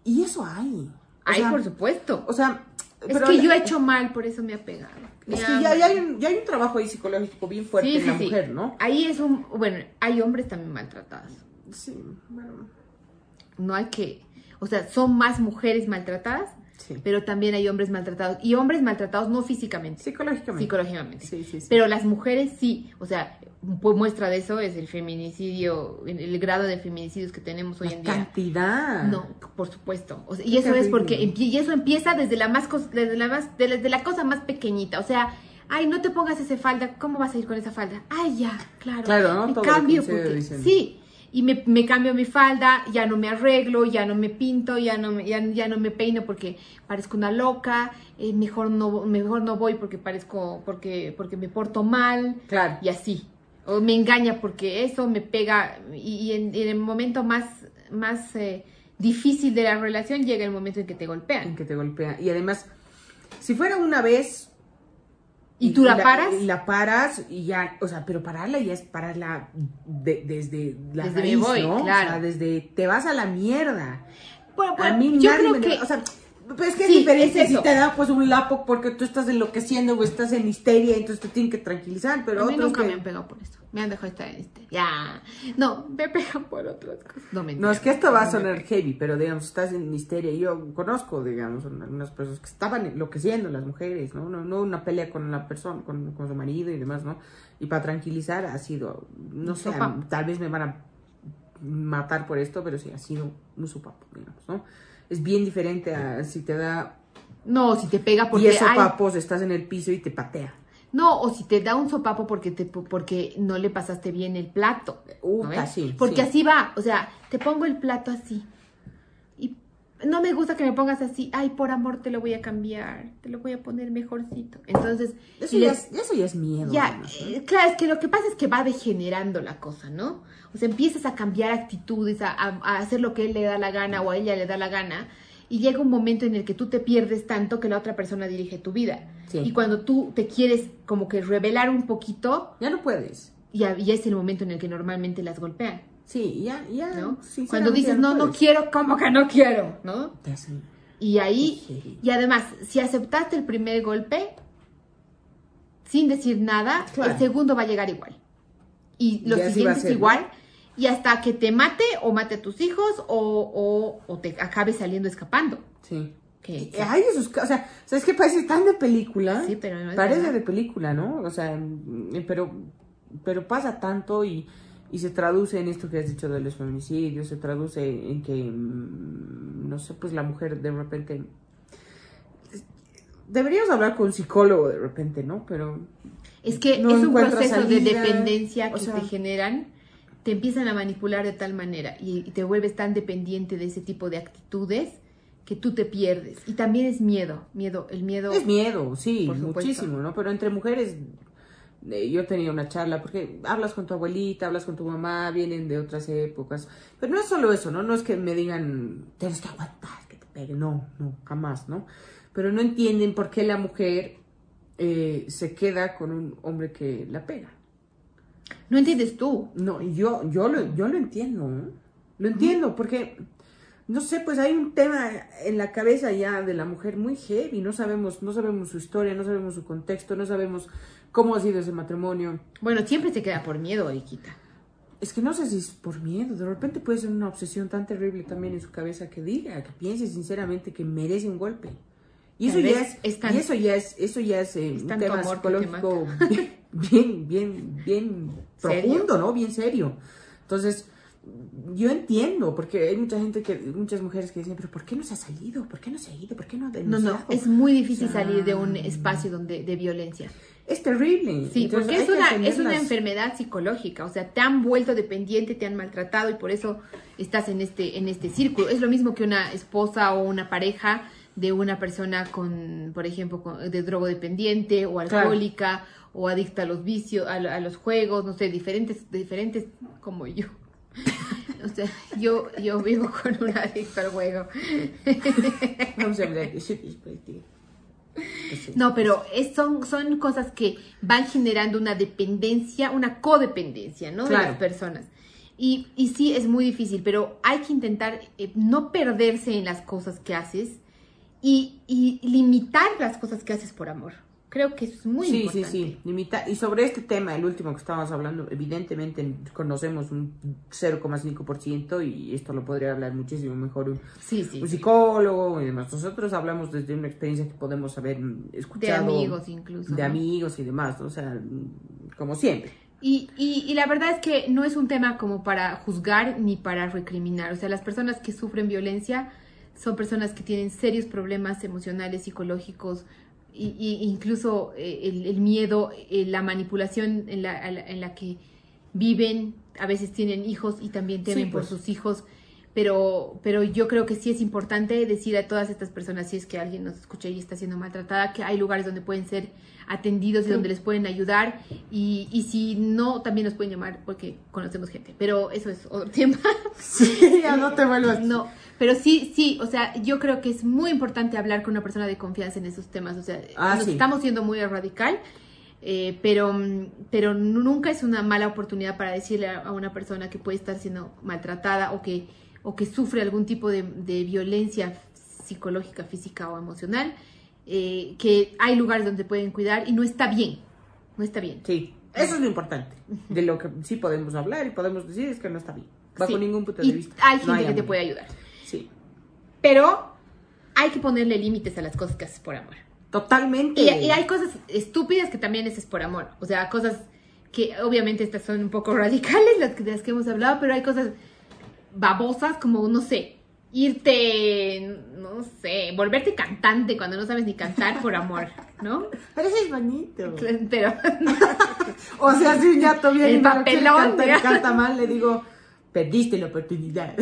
[SPEAKER 1] y eso hay. O
[SPEAKER 2] Ay,
[SPEAKER 1] sea,
[SPEAKER 2] por supuesto.
[SPEAKER 1] O sea,
[SPEAKER 2] es que yo he hecho mal, por eso me ha pegado. Me
[SPEAKER 1] Es que
[SPEAKER 2] ama.
[SPEAKER 1] ya, ya hay un, ya hay un trabajo ahí psicológico bien fuerte
[SPEAKER 2] Sí,
[SPEAKER 1] en
[SPEAKER 2] sí,
[SPEAKER 1] la
[SPEAKER 2] sí.
[SPEAKER 1] mujer, ¿no?
[SPEAKER 2] Ahí es un... Bueno, hay hombres también maltratados.
[SPEAKER 1] Sí, bueno.
[SPEAKER 2] No hay que... O sea, son más mujeres maltratadas,
[SPEAKER 1] Sí.
[SPEAKER 2] pero también hay hombres maltratados. Y hombres maltratados no físicamente.
[SPEAKER 1] Psicológicamente.
[SPEAKER 2] psicológicamente.
[SPEAKER 1] Sí, sí, sí.
[SPEAKER 2] Pero las mujeres sí, o sea, pues muestra de eso es el feminicidio, el, el grado de feminicidios que tenemos hoy en
[SPEAKER 1] La
[SPEAKER 2] día.
[SPEAKER 1] cantidad.
[SPEAKER 2] No, por supuesto. O sea, y eso es
[SPEAKER 1] terrible.
[SPEAKER 2] porque empie- y eso empieza desde la más cos- desde la más de- desde la cosa más pequeñita, o sea, ay, no te pongas esa falda, ¿cómo vas a ir con esa falda? Ay, ya, claro.
[SPEAKER 1] Claro, ¿no?
[SPEAKER 2] Me
[SPEAKER 1] Todo lo que
[SPEAKER 2] cambio
[SPEAKER 1] se
[SPEAKER 2] porque
[SPEAKER 1] dicen.
[SPEAKER 2] sí. Y me, me cambio mi falda, ya no me arreglo, ya no me pinto, ya no me, ya, ya no me peino porque parezco una loca, eh, mejor no mejor no voy porque parezco porque porque me porto mal
[SPEAKER 1] Claro.
[SPEAKER 2] y así. O me engaña porque eso me pega y, y en, en el momento más, más eh, difícil de la relación llega el momento en que te
[SPEAKER 1] En
[SPEAKER 2] golpean.
[SPEAKER 1] que te golpea. Y además, si fuera una vez.
[SPEAKER 2] ¿Y tú la paras?
[SPEAKER 1] y la paras y ya. O sea, pero pararla ya es pararla de- desde la
[SPEAKER 2] Desde me
[SPEAKER 1] raíz,
[SPEAKER 2] voy,
[SPEAKER 1] ¿no? O
[SPEAKER 2] claro.
[SPEAKER 1] sea, desde te vas a la mierda.
[SPEAKER 2] Bueno,
[SPEAKER 1] A
[SPEAKER 2] bueno,
[SPEAKER 1] mí
[SPEAKER 2] yo
[SPEAKER 1] nadie
[SPEAKER 2] creo
[SPEAKER 1] me-
[SPEAKER 2] que...
[SPEAKER 1] O sea, pues es que
[SPEAKER 2] Sí,
[SPEAKER 1] es diferente
[SPEAKER 2] es
[SPEAKER 1] si
[SPEAKER 2] eso.
[SPEAKER 1] te da pues un lapo porque tú estás enloqueciendo o estás en histeria, entonces te tienen que tranquilizar, pero
[SPEAKER 2] a mí
[SPEAKER 1] otros
[SPEAKER 2] nunca
[SPEAKER 1] que-
[SPEAKER 2] me han pegado por eso. Me han dejado estar en este. Ya. No, me pegan por otras cosas. No, mentira.
[SPEAKER 1] No, es que esto va a
[SPEAKER 2] No me
[SPEAKER 1] sonar
[SPEAKER 2] pegan.
[SPEAKER 1] heavy, pero digamos, estás en histeria. Yo conozco, digamos, un- algunas personas que estaban enloqueciendo las mujeres, ¿no? No, no una pelea con la persona, con, con su marido y demás, ¿no? Y para tranquilizar ha sido, no sé,
[SPEAKER 2] Sopapo.
[SPEAKER 1] a- tal vez me van a matar por esto, pero sí, ha sido un sopapo, digamos, ¿no? Es bien diferente a si te da
[SPEAKER 2] No, si te pega porque...
[SPEAKER 1] 10
[SPEAKER 2] ay,
[SPEAKER 1] sopapos, estás en el piso y te patea.
[SPEAKER 2] no, o si te da un sopapo porque, te, porque no le pasaste bien el plato.
[SPEAKER 1] Uta,
[SPEAKER 2] ¿no ves?
[SPEAKER 1] sí,
[SPEAKER 2] Porque
[SPEAKER 1] sí.
[SPEAKER 2] así va, o sea, te pongo el plato así. Y no me gusta que me pongas así. Ay, por amor te lo voy a cambiar, te lo voy a poner mejorcito. Entonces,
[SPEAKER 1] Eso,
[SPEAKER 2] y
[SPEAKER 1] ya,
[SPEAKER 2] les-
[SPEAKER 1] es, eso ya es miedo.
[SPEAKER 2] ya,
[SPEAKER 1] además, ¿no?
[SPEAKER 2] eh, claro, es que lo que pasa es que va degenerando la cosa, ¿no? O sea, empiezas a cambiar actitudes, a, a- a hacer lo que él le da la gana o a ella le da la gana. Y llega un momento en el que tú te pierdes tanto que la otra persona dirige tu vida.
[SPEAKER 1] Sí.
[SPEAKER 2] Y cuando tú te quieres como que revelar un poquito,
[SPEAKER 1] Ya no puedes.
[SPEAKER 2] ya, ya es el momento en el que normalmente las golpean.
[SPEAKER 1] Sí, ya, ya.
[SPEAKER 2] ¿no?
[SPEAKER 1] Ah, sinceramente
[SPEAKER 2] Cuando dices,
[SPEAKER 1] ya
[SPEAKER 2] no, no
[SPEAKER 1] puedes".
[SPEAKER 2] quiero, ¿cómo que no quiero? ¿No?
[SPEAKER 1] Te hacen-
[SPEAKER 2] Y ahí,
[SPEAKER 1] Sí.
[SPEAKER 2] y además, si aceptaste el primer golpe, sin decir nada,
[SPEAKER 1] Claro.
[SPEAKER 2] el segundo va a llegar igual. Y los
[SPEAKER 1] Y así va a
[SPEAKER 2] siguientes
[SPEAKER 1] ser, ¿no?
[SPEAKER 2] igual. Y hasta que te mate o mate a tus hijos o, o- o te acabes saliendo escapando.
[SPEAKER 1] Sí.
[SPEAKER 2] Que-
[SPEAKER 1] Eh, Hay esos ca- o sea, ¿sabes qué parece tan de película?
[SPEAKER 2] Sí, pero no es
[SPEAKER 1] Parece
[SPEAKER 2] verdad.
[SPEAKER 1] de película, ¿no? O sea, mm, eh, pero, pero pasa tanto y, y se traduce en esto que has dicho de los feminicidios, se traduce en que, mm, no sé, pues la mujer de repente... Deberíamos hablar con un psicólogo de repente, ¿no? Pero
[SPEAKER 2] Es que
[SPEAKER 1] No
[SPEAKER 2] es un
[SPEAKER 1] encuentra
[SPEAKER 2] proceso de
[SPEAKER 1] salida,
[SPEAKER 2] dependencia
[SPEAKER 1] o
[SPEAKER 2] que
[SPEAKER 1] sea-
[SPEAKER 2] te generan, te empiezan a manipular de tal manera y, y te vuelves tan dependiente de ese tipo de actitudes que tú te pierdes. Y también es miedo, miedo, el miedo.
[SPEAKER 1] Es miedo, sí,
[SPEAKER 2] Por supuesto.
[SPEAKER 1] muchísimo, ¿no? Pero entre mujeres, eh, yo tenía una charla, porque hablas con tu abuelita, hablas con tu mamá, vienen de otras épocas. Pero no es solo eso, ¿no? No es que me digan, tienes que aguantar, que te pegue, no, no, jamás, ¿no? pero no entienden por qué la mujer eh, se queda con un hombre que la pega.
[SPEAKER 2] No entiendes tú.
[SPEAKER 1] No, y yo, yo, lo, yo lo entiendo, ¿eh? lo entiendo, porque, no sé, pues hay un tema en la cabeza ya de la mujer muy heavy, no sabemos, no sabemos su historia, no sabemos su contexto, no sabemos cómo ha sido ese matrimonio.
[SPEAKER 2] Bueno, siempre se queda por miedo, Eriquita.
[SPEAKER 1] Es que no sé si es por miedo, de repente puede ser una obsesión tan terrible también en su cabeza que diga, que piense sinceramente que merece un golpe. Y eso
[SPEAKER 2] Tal
[SPEAKER 1] ya
[SPEAKER 2] vez
[SPEAKER 1] es,
[SPEAKER 2] es tan-
[SPEAKER 1] y eso ya es, eso ya es, eh,
[SPEAKER 2] es
[SPEAKER 1] un
[SPEAKER 2] tanto
[SPEAKER 1] tema
[SPEAKER 2] amor que te
[SPEAKER 1] psicológico bien, bien, bien
[SPEAKER 2] Serio.
[SPEAKER 1] profundo, ¿no? Bien serio. Entonces, yo entiendo, porque hay mucha gente que, muchas mujeres que dicen, pero ¿por qué no se ha salido? ¿Por qué no se ha ido? ¿Por qué no ha
[SPEAKER 2] No,
[SPEAKER 1] denunciado?
[SPEAKER 2] no, Ah. es muy difícil
[SPEAKER 1] O sea,
[SPEAKER 2] salir de un espacio donde de violencia.
[SPEAKER 1] Es terrible.
[SPEAKER 2] Sí,
[SPEAKER 1] Entonces,
[SPEAKER 2] porque es
[SPEAKER 1] hay que
[SPEAKER 2] una,
[SPEAKER 1] entender
[SPEAKER 2] es una
[SPEAKER 1] las-
[SPEAKER 2] enfermedad psicológica, o sea, te han vuelto dependiente, te han maltratado y por eso estás en este, en este círculo. Es lo mismo que una esposa o una pareja de una persona con, por ejemplo, con- de drogodependiente o
[SPEAKER 1] Claro.
[SPEAKER 2] alcohólica o adicta a los vicios, a, lo- a los juegos, no sé, diferentes, diferentes como yo. O sea, yo, yo vivo con un adicto al juego.
[SPEAKER 1] Vamos a hablar de shit is pretty. Pues,
[SPEAKER 2] No, pero es- son, son cosas que van generando una dependencia, una codependencia, ¿no? De
[SPEAKER 1] Claro.
[SPEAKER 2] las personas. Y, y sí, es muy difícil, pero hay que intentar eh, no perderse en las cosas que haces y, y limitar las cosas que haces por amor. Creo que es muy
[SPEAKER 1] sí,
[SPEAKER 2] importante.
[SPEAKER 1] sí, sí. Limita- Y sobre este tema, el último que estábamos hablando, evidentemente conocemos un 0,5% y esto lo podría hablar muchísimo mejor un,
[SPEAKER 2] Sí, sí.
[SPEAKER 1] un
[SPEAKER 2] sí.
[SPEAKER 1] psicólogo y demás. Nosotros hablamos desde una experiencia que podemos haber mm,
[SPEAKER 2] De
[SPEAKER 1] escuchado.
[SPEAKER 2] amigos incluso.
[SPEAKER 1] de
[SPEAKER 2] ¿no?
[SPEAKER 1] amigos y demás, ¿no? o sea, mm, como siempre.
[SPEAKER 2] Y, y, y la verdad es que no es un tema como para juzgar ni para recriminar. O sea, las personas que sufren violencia son personas que tienen serios problemas emocionales, psicológicos, y, y- incluso eh, el, el miedo, eh, la manipulación en la, a la- en la que viven. A veces tienen hijos y también temen
[SPEAKER 1] Sí,
[SPEAKER 2] por
[SPEAKER 1] pues.
[SPEAKER 2] sus hijos. Pero, pero yo creo que sí es importante decir a todas estas personas, si es que alguien nos escucha y está siendo maltratada, que hay lugares donde pueden ser atendidos y donde les pueden ayudar. Y, y si no, también nos pueden llamar porque conocemos gente. Pero eso es otro tema.
[SPEAKER 1] Sí, ya no te vuelvas.
[SPEAKER 2] No, pero sí, sí, o sea, yo creo que es muy importante hablar con una persona de confianza en esos temas. O sea,
[SPEAKER 1] Ah,
[SPEAKER 2] nos
[SPEAKER 1] sí.
[SPEAKER 2] estamos siendo muy radical, eh, pero, mm, pero nu- nunca es una mala oportunidad para decirle a a una persona que puede estar siendo maltratada o que, o que sufre algún tipo de, de violencia psicológica, física o emocional, eh, que hay lugares donde pueden cuidar y no está bien. No está bien.
[SPEAKER 1] Sí, eso es lo importante. De lo que sí podemos hablar y podemos decir es que no está bien. Bajo
[SPEAKER 2] Sí.
[SPEAKER 1] ningún punto
[SPEAKER 2] Y
[SPEAKER 1] de vista.
[SPEAKER 2] Hay
[SPEAKER 1] No
[SPEAKER 2] gente que te
[SPEAKER 1] amor.
[SPEAKER 2] puede ayudar.
[SPEAKER 1] Sí,
[SPEAKER 2] Pero hay que ponerle límites a las cosas que haces por amor.
[SPEAKER 1] totalmente.
[SPEAKER 2] Y, y hay cosas estúpidas que también es por amor. O sea, cosas que obviamente estas son un poco radicales, las que, de las que hemos hablado, pero hay cosas babosas como, no sé, irte, no sé, volverte cantante cuando no sabes ni cantar por amor, ¿no?
[SPEAKER 1] Pero eso es bonito.
[SPEAKER 2] Pero
[SPEAKER 1] O sea, si un gato viene
[SPEAKER 2] El
[SPEAKER 1] y no quiere
[SPEAKER 2] papelón,
[SPEAKER 1] cantar y
[SPEAKER 2] ya.
[SPEAKER 1] canta mal, le digo, perdiste la oportunidad.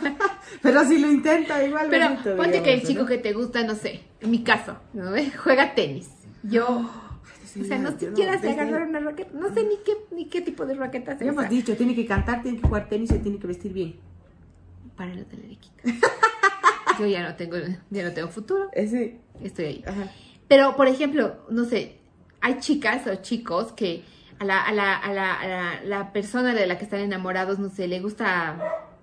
[SPEAKER 1] Pero si lo intenta, igual
[SPEAKER 2] Pero
[SPEAKER 1] bonito,
[SPEAKER 2] ponte que el
[SPEAKER 1] digamos,
[SPEAKER 2] chico
[SPEAKER 1] ¿no?
[SPEAKER 2] que te gusta, no sé, en mi caso, ¿no? juega tenis. Yo, o sea, no
[SPEAKER 1] yo no,
[SPEAKER 2] siquiera sé
[SPEAKER 1] desde-
[SPEAKER 2] agarrar una raqueta, no sé ni qué, ni qué tipo de raqueta es
[SPEAKER 1] Habíamos
[SPEAKER 2] esa.
[SPEAKER 1] dicho, tiene que cantar, tiene que jugar tenis y tiene que vestir bien.
[SPEAKER 2] Para la teleriquita. Yo ya no tengo, ya no tengo futuro,
[SPEAKER 1] Ese,
[SPEAKER 2] estoy ahí.
[SPEAKER 1] ajá.
[SPEAKER 2] Pero, por ejemplo, no sé, hay chicas o chicos que a la, a la, a la, a la, la persona de la que están enamorados, no sé, le gusta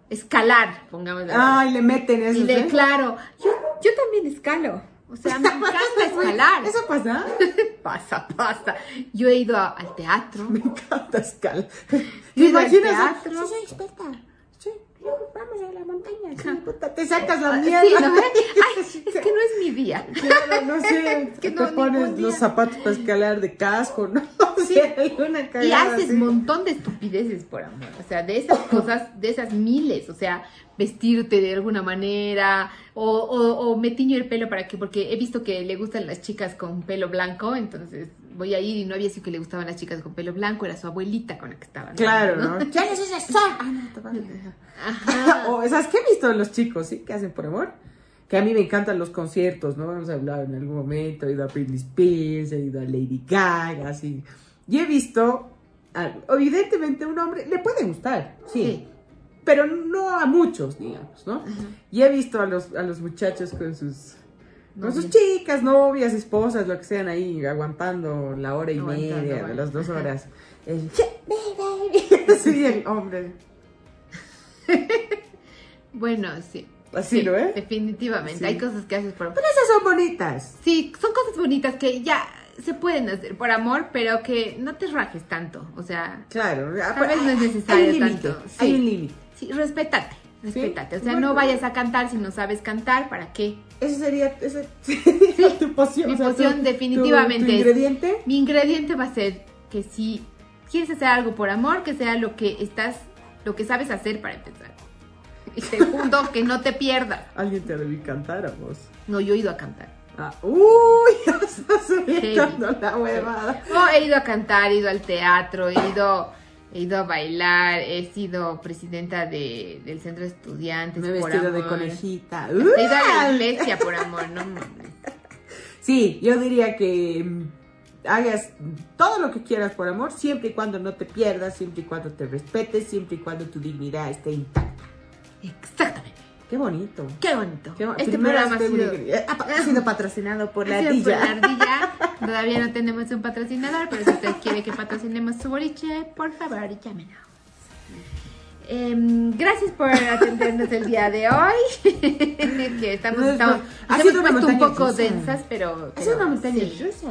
[SPEAKER 2] escalar, pongamos
[SPEAKER 1] Ay, le meten eso.
[SPEAKER 2] Y le,
[SPEAKER 1] ¿eh?
[SPEAKER 2] claro, yo, yo también escalo. O sea, me encanta escalar.
[SPEAKER 1] Eso pasa.
[SPEAKER 2] pasa, pasa. Yo he ido a- al teatro.
[SPEAKER 1] Me encanta escalar.
[SPEAKER 2] Yo
[SPEAKER 1] ¿Te
[SPEAKER 2] iba al
[SPEAKER 1] imaginas?
[SPEAKER 2] teatro.
[SPEAKER 1] Sí, soy experta. Sí, vamos a la montaña. sí, puta, te sacas la mierda.
[SPEAKER 2] Ah, Sí, ¿no? Ay, es que no es mi día.
[SPEAKER 1] Claro, no sé,
[SPEAKER 2] que
[SPEAKER 1] te
[SPEAKER 2] no,
[SPEAKER 1] pones
[SPEAKER 2] ningún
[SPEAKER 1] los
[SPEAKER 2] día.
[SPEAKER 1] zapatos para escalar de casco, ¿no? Sí, alguna
[SPEAKER 2] Y
[SPEAKER 1] cagada
[SPEAKER 2] haces
[SPEAKER 1] así.
[SPEAKER 2] un montón de estupideces por amor. O sea, de esas cosas, de esas miles. O sea, vestirte de alguna manera. O, o, o me tiño el pelo para que, porque he visto que le gustan las chicas con pelo blanco. Entonces voy a ir y no había sido que le gustaban las chicas con pelo blanco. Era su abuelita con la que estaba. ¿no?
[SPEAKER 1] Claro, ¿no?
[SPEAKER 2] ¿Quién es esa zorra?
[SPEAKER 1] Ah, no, te vale.
[SPEAKER 2] Ajá.
[SPEAKER 1] O esas que he visto en los chicos, ¿sí? Que hacen por amor. Que a mí me encantan los conciertos, ¿no? Hemos hablado en algún momento, he ido a Britney Spears, he ido a Lady Gaga, así. Y he visto, a- evidentemente, un hombre le puede gustar, sí.
[SPEAKER 2] Sí.
[SPEAKER 1] Pero no a muchos, digamos, ¿no? Y he visto a los, a los muchachos con sus Con sus chicas, novias, esposas, lo que sean ahí, aguantando la hora y
[SPEAKER 2] Aguantando,
[SPEAKER 1] media,
[SPEAKER 2] bueno.
[SPEAKER 1] las dos
[SPEAKER 2] Ajá.
[SPEAKER 1] horas. El "Yeah, baby". sí, el hombre.
[SPEAKER 2] Bueno, sí.
[SPEAKER 1] Así,
[SPEAKER 2] Sí,
[SPEAKER 1] ¿no, eh?
[SPEAKER 2] Definitivamente.
[SPEAKER 1] Sí.
[SPEAKER 2] Hay cosas que haces por...
[SPEAKER 1] Pero esas son bonitas.
[SPEAKER 2] Sí, son cosas bonitas que ya se pueden hacer por amor, pero que no te rajes tanto. O sea,
[SPEAKER 1] Claro.
[SPEAKER 2] Tal vez no es necesario
[SPEAKER 1] Hay un límite.
[SPEAKER 2] tanto, sí.
[SPEAKER 1] Hay un límite.
[SPEAKER 2] sí, respétate. Respétate. O sea,
[SPEAKER 1] bueno.
[SPEAKER 2] no vayas a cantar si no sabes cantar. ¿Para qué?
[SPEAKER 1] Esa sería, esa sería tu poción.
[SPEAKER 2] mi
[SPEAKER 1] o sea, tu-
[SPEAKER 2] poción
[SPEAKER 1] tu-
[SPEAKER 2] definitivamente
[SPEAKER 1] Tu
[SPEAKER 2] es-
[SPEAKER 1] ingrediente.
[SPEAKER 2] Mi ingrediente va a ser que si quieres hacer algo por amor, que sea lo que estás, lo que sabes hacer para empezar. Y segundo, que no te pierdas.
[SPEAKER 1] Alguien te debí cantar a vos.
[SPEAKER 2] No, yo he ido a cantar.
[SPEAKER 1] Ah, uy, ya estás soltando la huevada.
[SPEAKER 2] No, he ido a cantar, he ido al teatro, he ido, he ido a bailar, he sido presidenta de, del centro de estudiantes.
[SPEAKER 1] Me he
[SPEAKER 2] por
[SPEAKER 1] vestido de
[SPEAKER 2] amor.
[SPEAKER 1] conejita.
[SPEAKER 2] He ido a la
[SPEAKER 1] ¡Uy!
[SPEAKER 2] iglesia por amor, no mames.
[SPEAKER 1] Sí, yo diría que mm, hagas todo lo que quieras por amor, siempre y cuando no te pierdas, siempre y cuando te respetes, siempre y cuando tu dignidad esté intacta.
[SPEAKER 2] Exactamente.
[SPEAKER 1] Qué bonito.
[SPEAKER 2] Qué bonito.
[SPEAKER 1] Qué bo-
[SPEAKER 2] este
[SPEAKER 1] Primera
[SPEAKER 2] programa ha
[SPEAKER 1] vez que
[SPEAKER 2] sido,
[SPEAKER 1] me- Ah, pa- ha sido patrocinado por la
[SPEAKER 2] ha sido por la
[SPEAKER 1] ardilla.
[SPEAKER 2] ardilla. Todavía no tenemos un patrocinador, pero si usted quiere que patrocinemos su boliche, por favor, llámenos. Em, gracias por atendernos el día de hoy. que estamos,
[SPEAKER 1] No, es
[SPEAKER 2] estamos,
[SPEAKER 1] bueno. Pues, Ha
[SPEAKER 2] nos
[SPEAKER 1] sido
[SPEAKER 2] hemos
[SPEAKER 1] una
[SPEAKER 2] puesto un
[SPEAKER 1] montaña
[SPEAKER 2] poco
[SPEAKER 1] rusa.
[SPEAKER 2] densas, pero.
[SPEAKER 1] Es
[SPEAKER 2] pero
[SPEAKER 1] una montaña
[SPEAKER 2] sí.
[SPEAKER 1] rusa.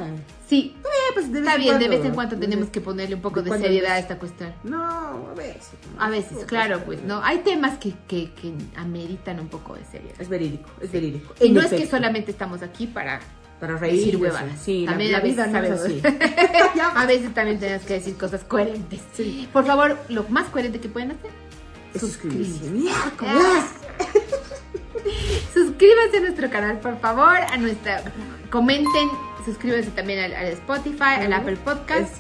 [SPEAKER 2] Sí,
[SPEAKER 1] Eh, pues de vez
[SPEAKER 2] está
[SPEAKER 1] en
[SPEAKER 2] bien, de
[SPEAKER 1] cuando,
[SPEAKER 2] vez en cuando
[SPEAKER 1] ¿no?
[SPEAKER 2] tenemos que ponerle un poco
[SPEAKER 1] ¿De
[SPEAKER 2] de
[SPEAKER 1] cuándo
[SPEAKER 2] seriedad a
[SPEAKER 1] ves?
[SPEAKER 2] esta cuestión.
[SPEAKER 1] No, a veces. ¿no?
[SPEAKER 2] A veces, claro, pues, ¿no? Hay temas que, que, que ameritan un poco de seriedad.
[SPEAKER 1] Es verídico, es verídico.
[SPEAKER 2] Y
[SPEAKER 1] En
[SPEAKER 2] no es que
[SPEAKER 1] efecto.
[SPEAKER 2] solamente estamos aquí para
[SPEAKER 1] Para
[SPEAKER 2] decir
[SPEAKER 1] reír,
[SPEAKER 2] huevadas.
[SPEAKER 1] Sí, la-
[SPEAKER 2] También
[SPEAKER 1] la,
[SPEAKER 2] a veces
[SPEAKER 1] vida no es así.
[SPEAKER 2] sabemos. A veces también tenemos que decir cosas coherentes.
[SPEAKER 1] Sí.
[SPEAKER 2] Por favor, lo más coherente que pueden hacer,
[SPEAKER 1] Suscribirse.
[SPEAKER 2] suscribirse.
[SPEAKER 1] Ah, Miércoles.
[SPEAKER 2] Suscríbanse a nuestro canal, por favor, a nuestra, comenten, suscríbanse también al, al Spotify, al
[SPEAKER 1] Ajá.
[SPEAKER 2] Apple Podcast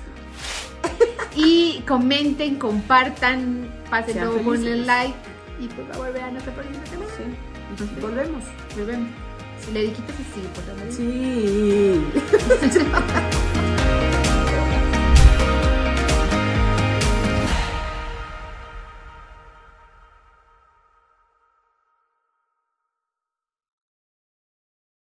[SPEAKER 2] y comenten, compartan, pásenlo,
[SPEAKER 1] Sean
[SPEAKER 2] ponle
[SPEAKER 1] felices.
[SPEAKER 2] like y por favor vean nuestra próxima semana.
[SPEAKER 1] Sí. Volvemos.
[SPEAKER 2] Nos vemos. Le dijiste que sí, por favor.
[SPEAKER 1] Sí.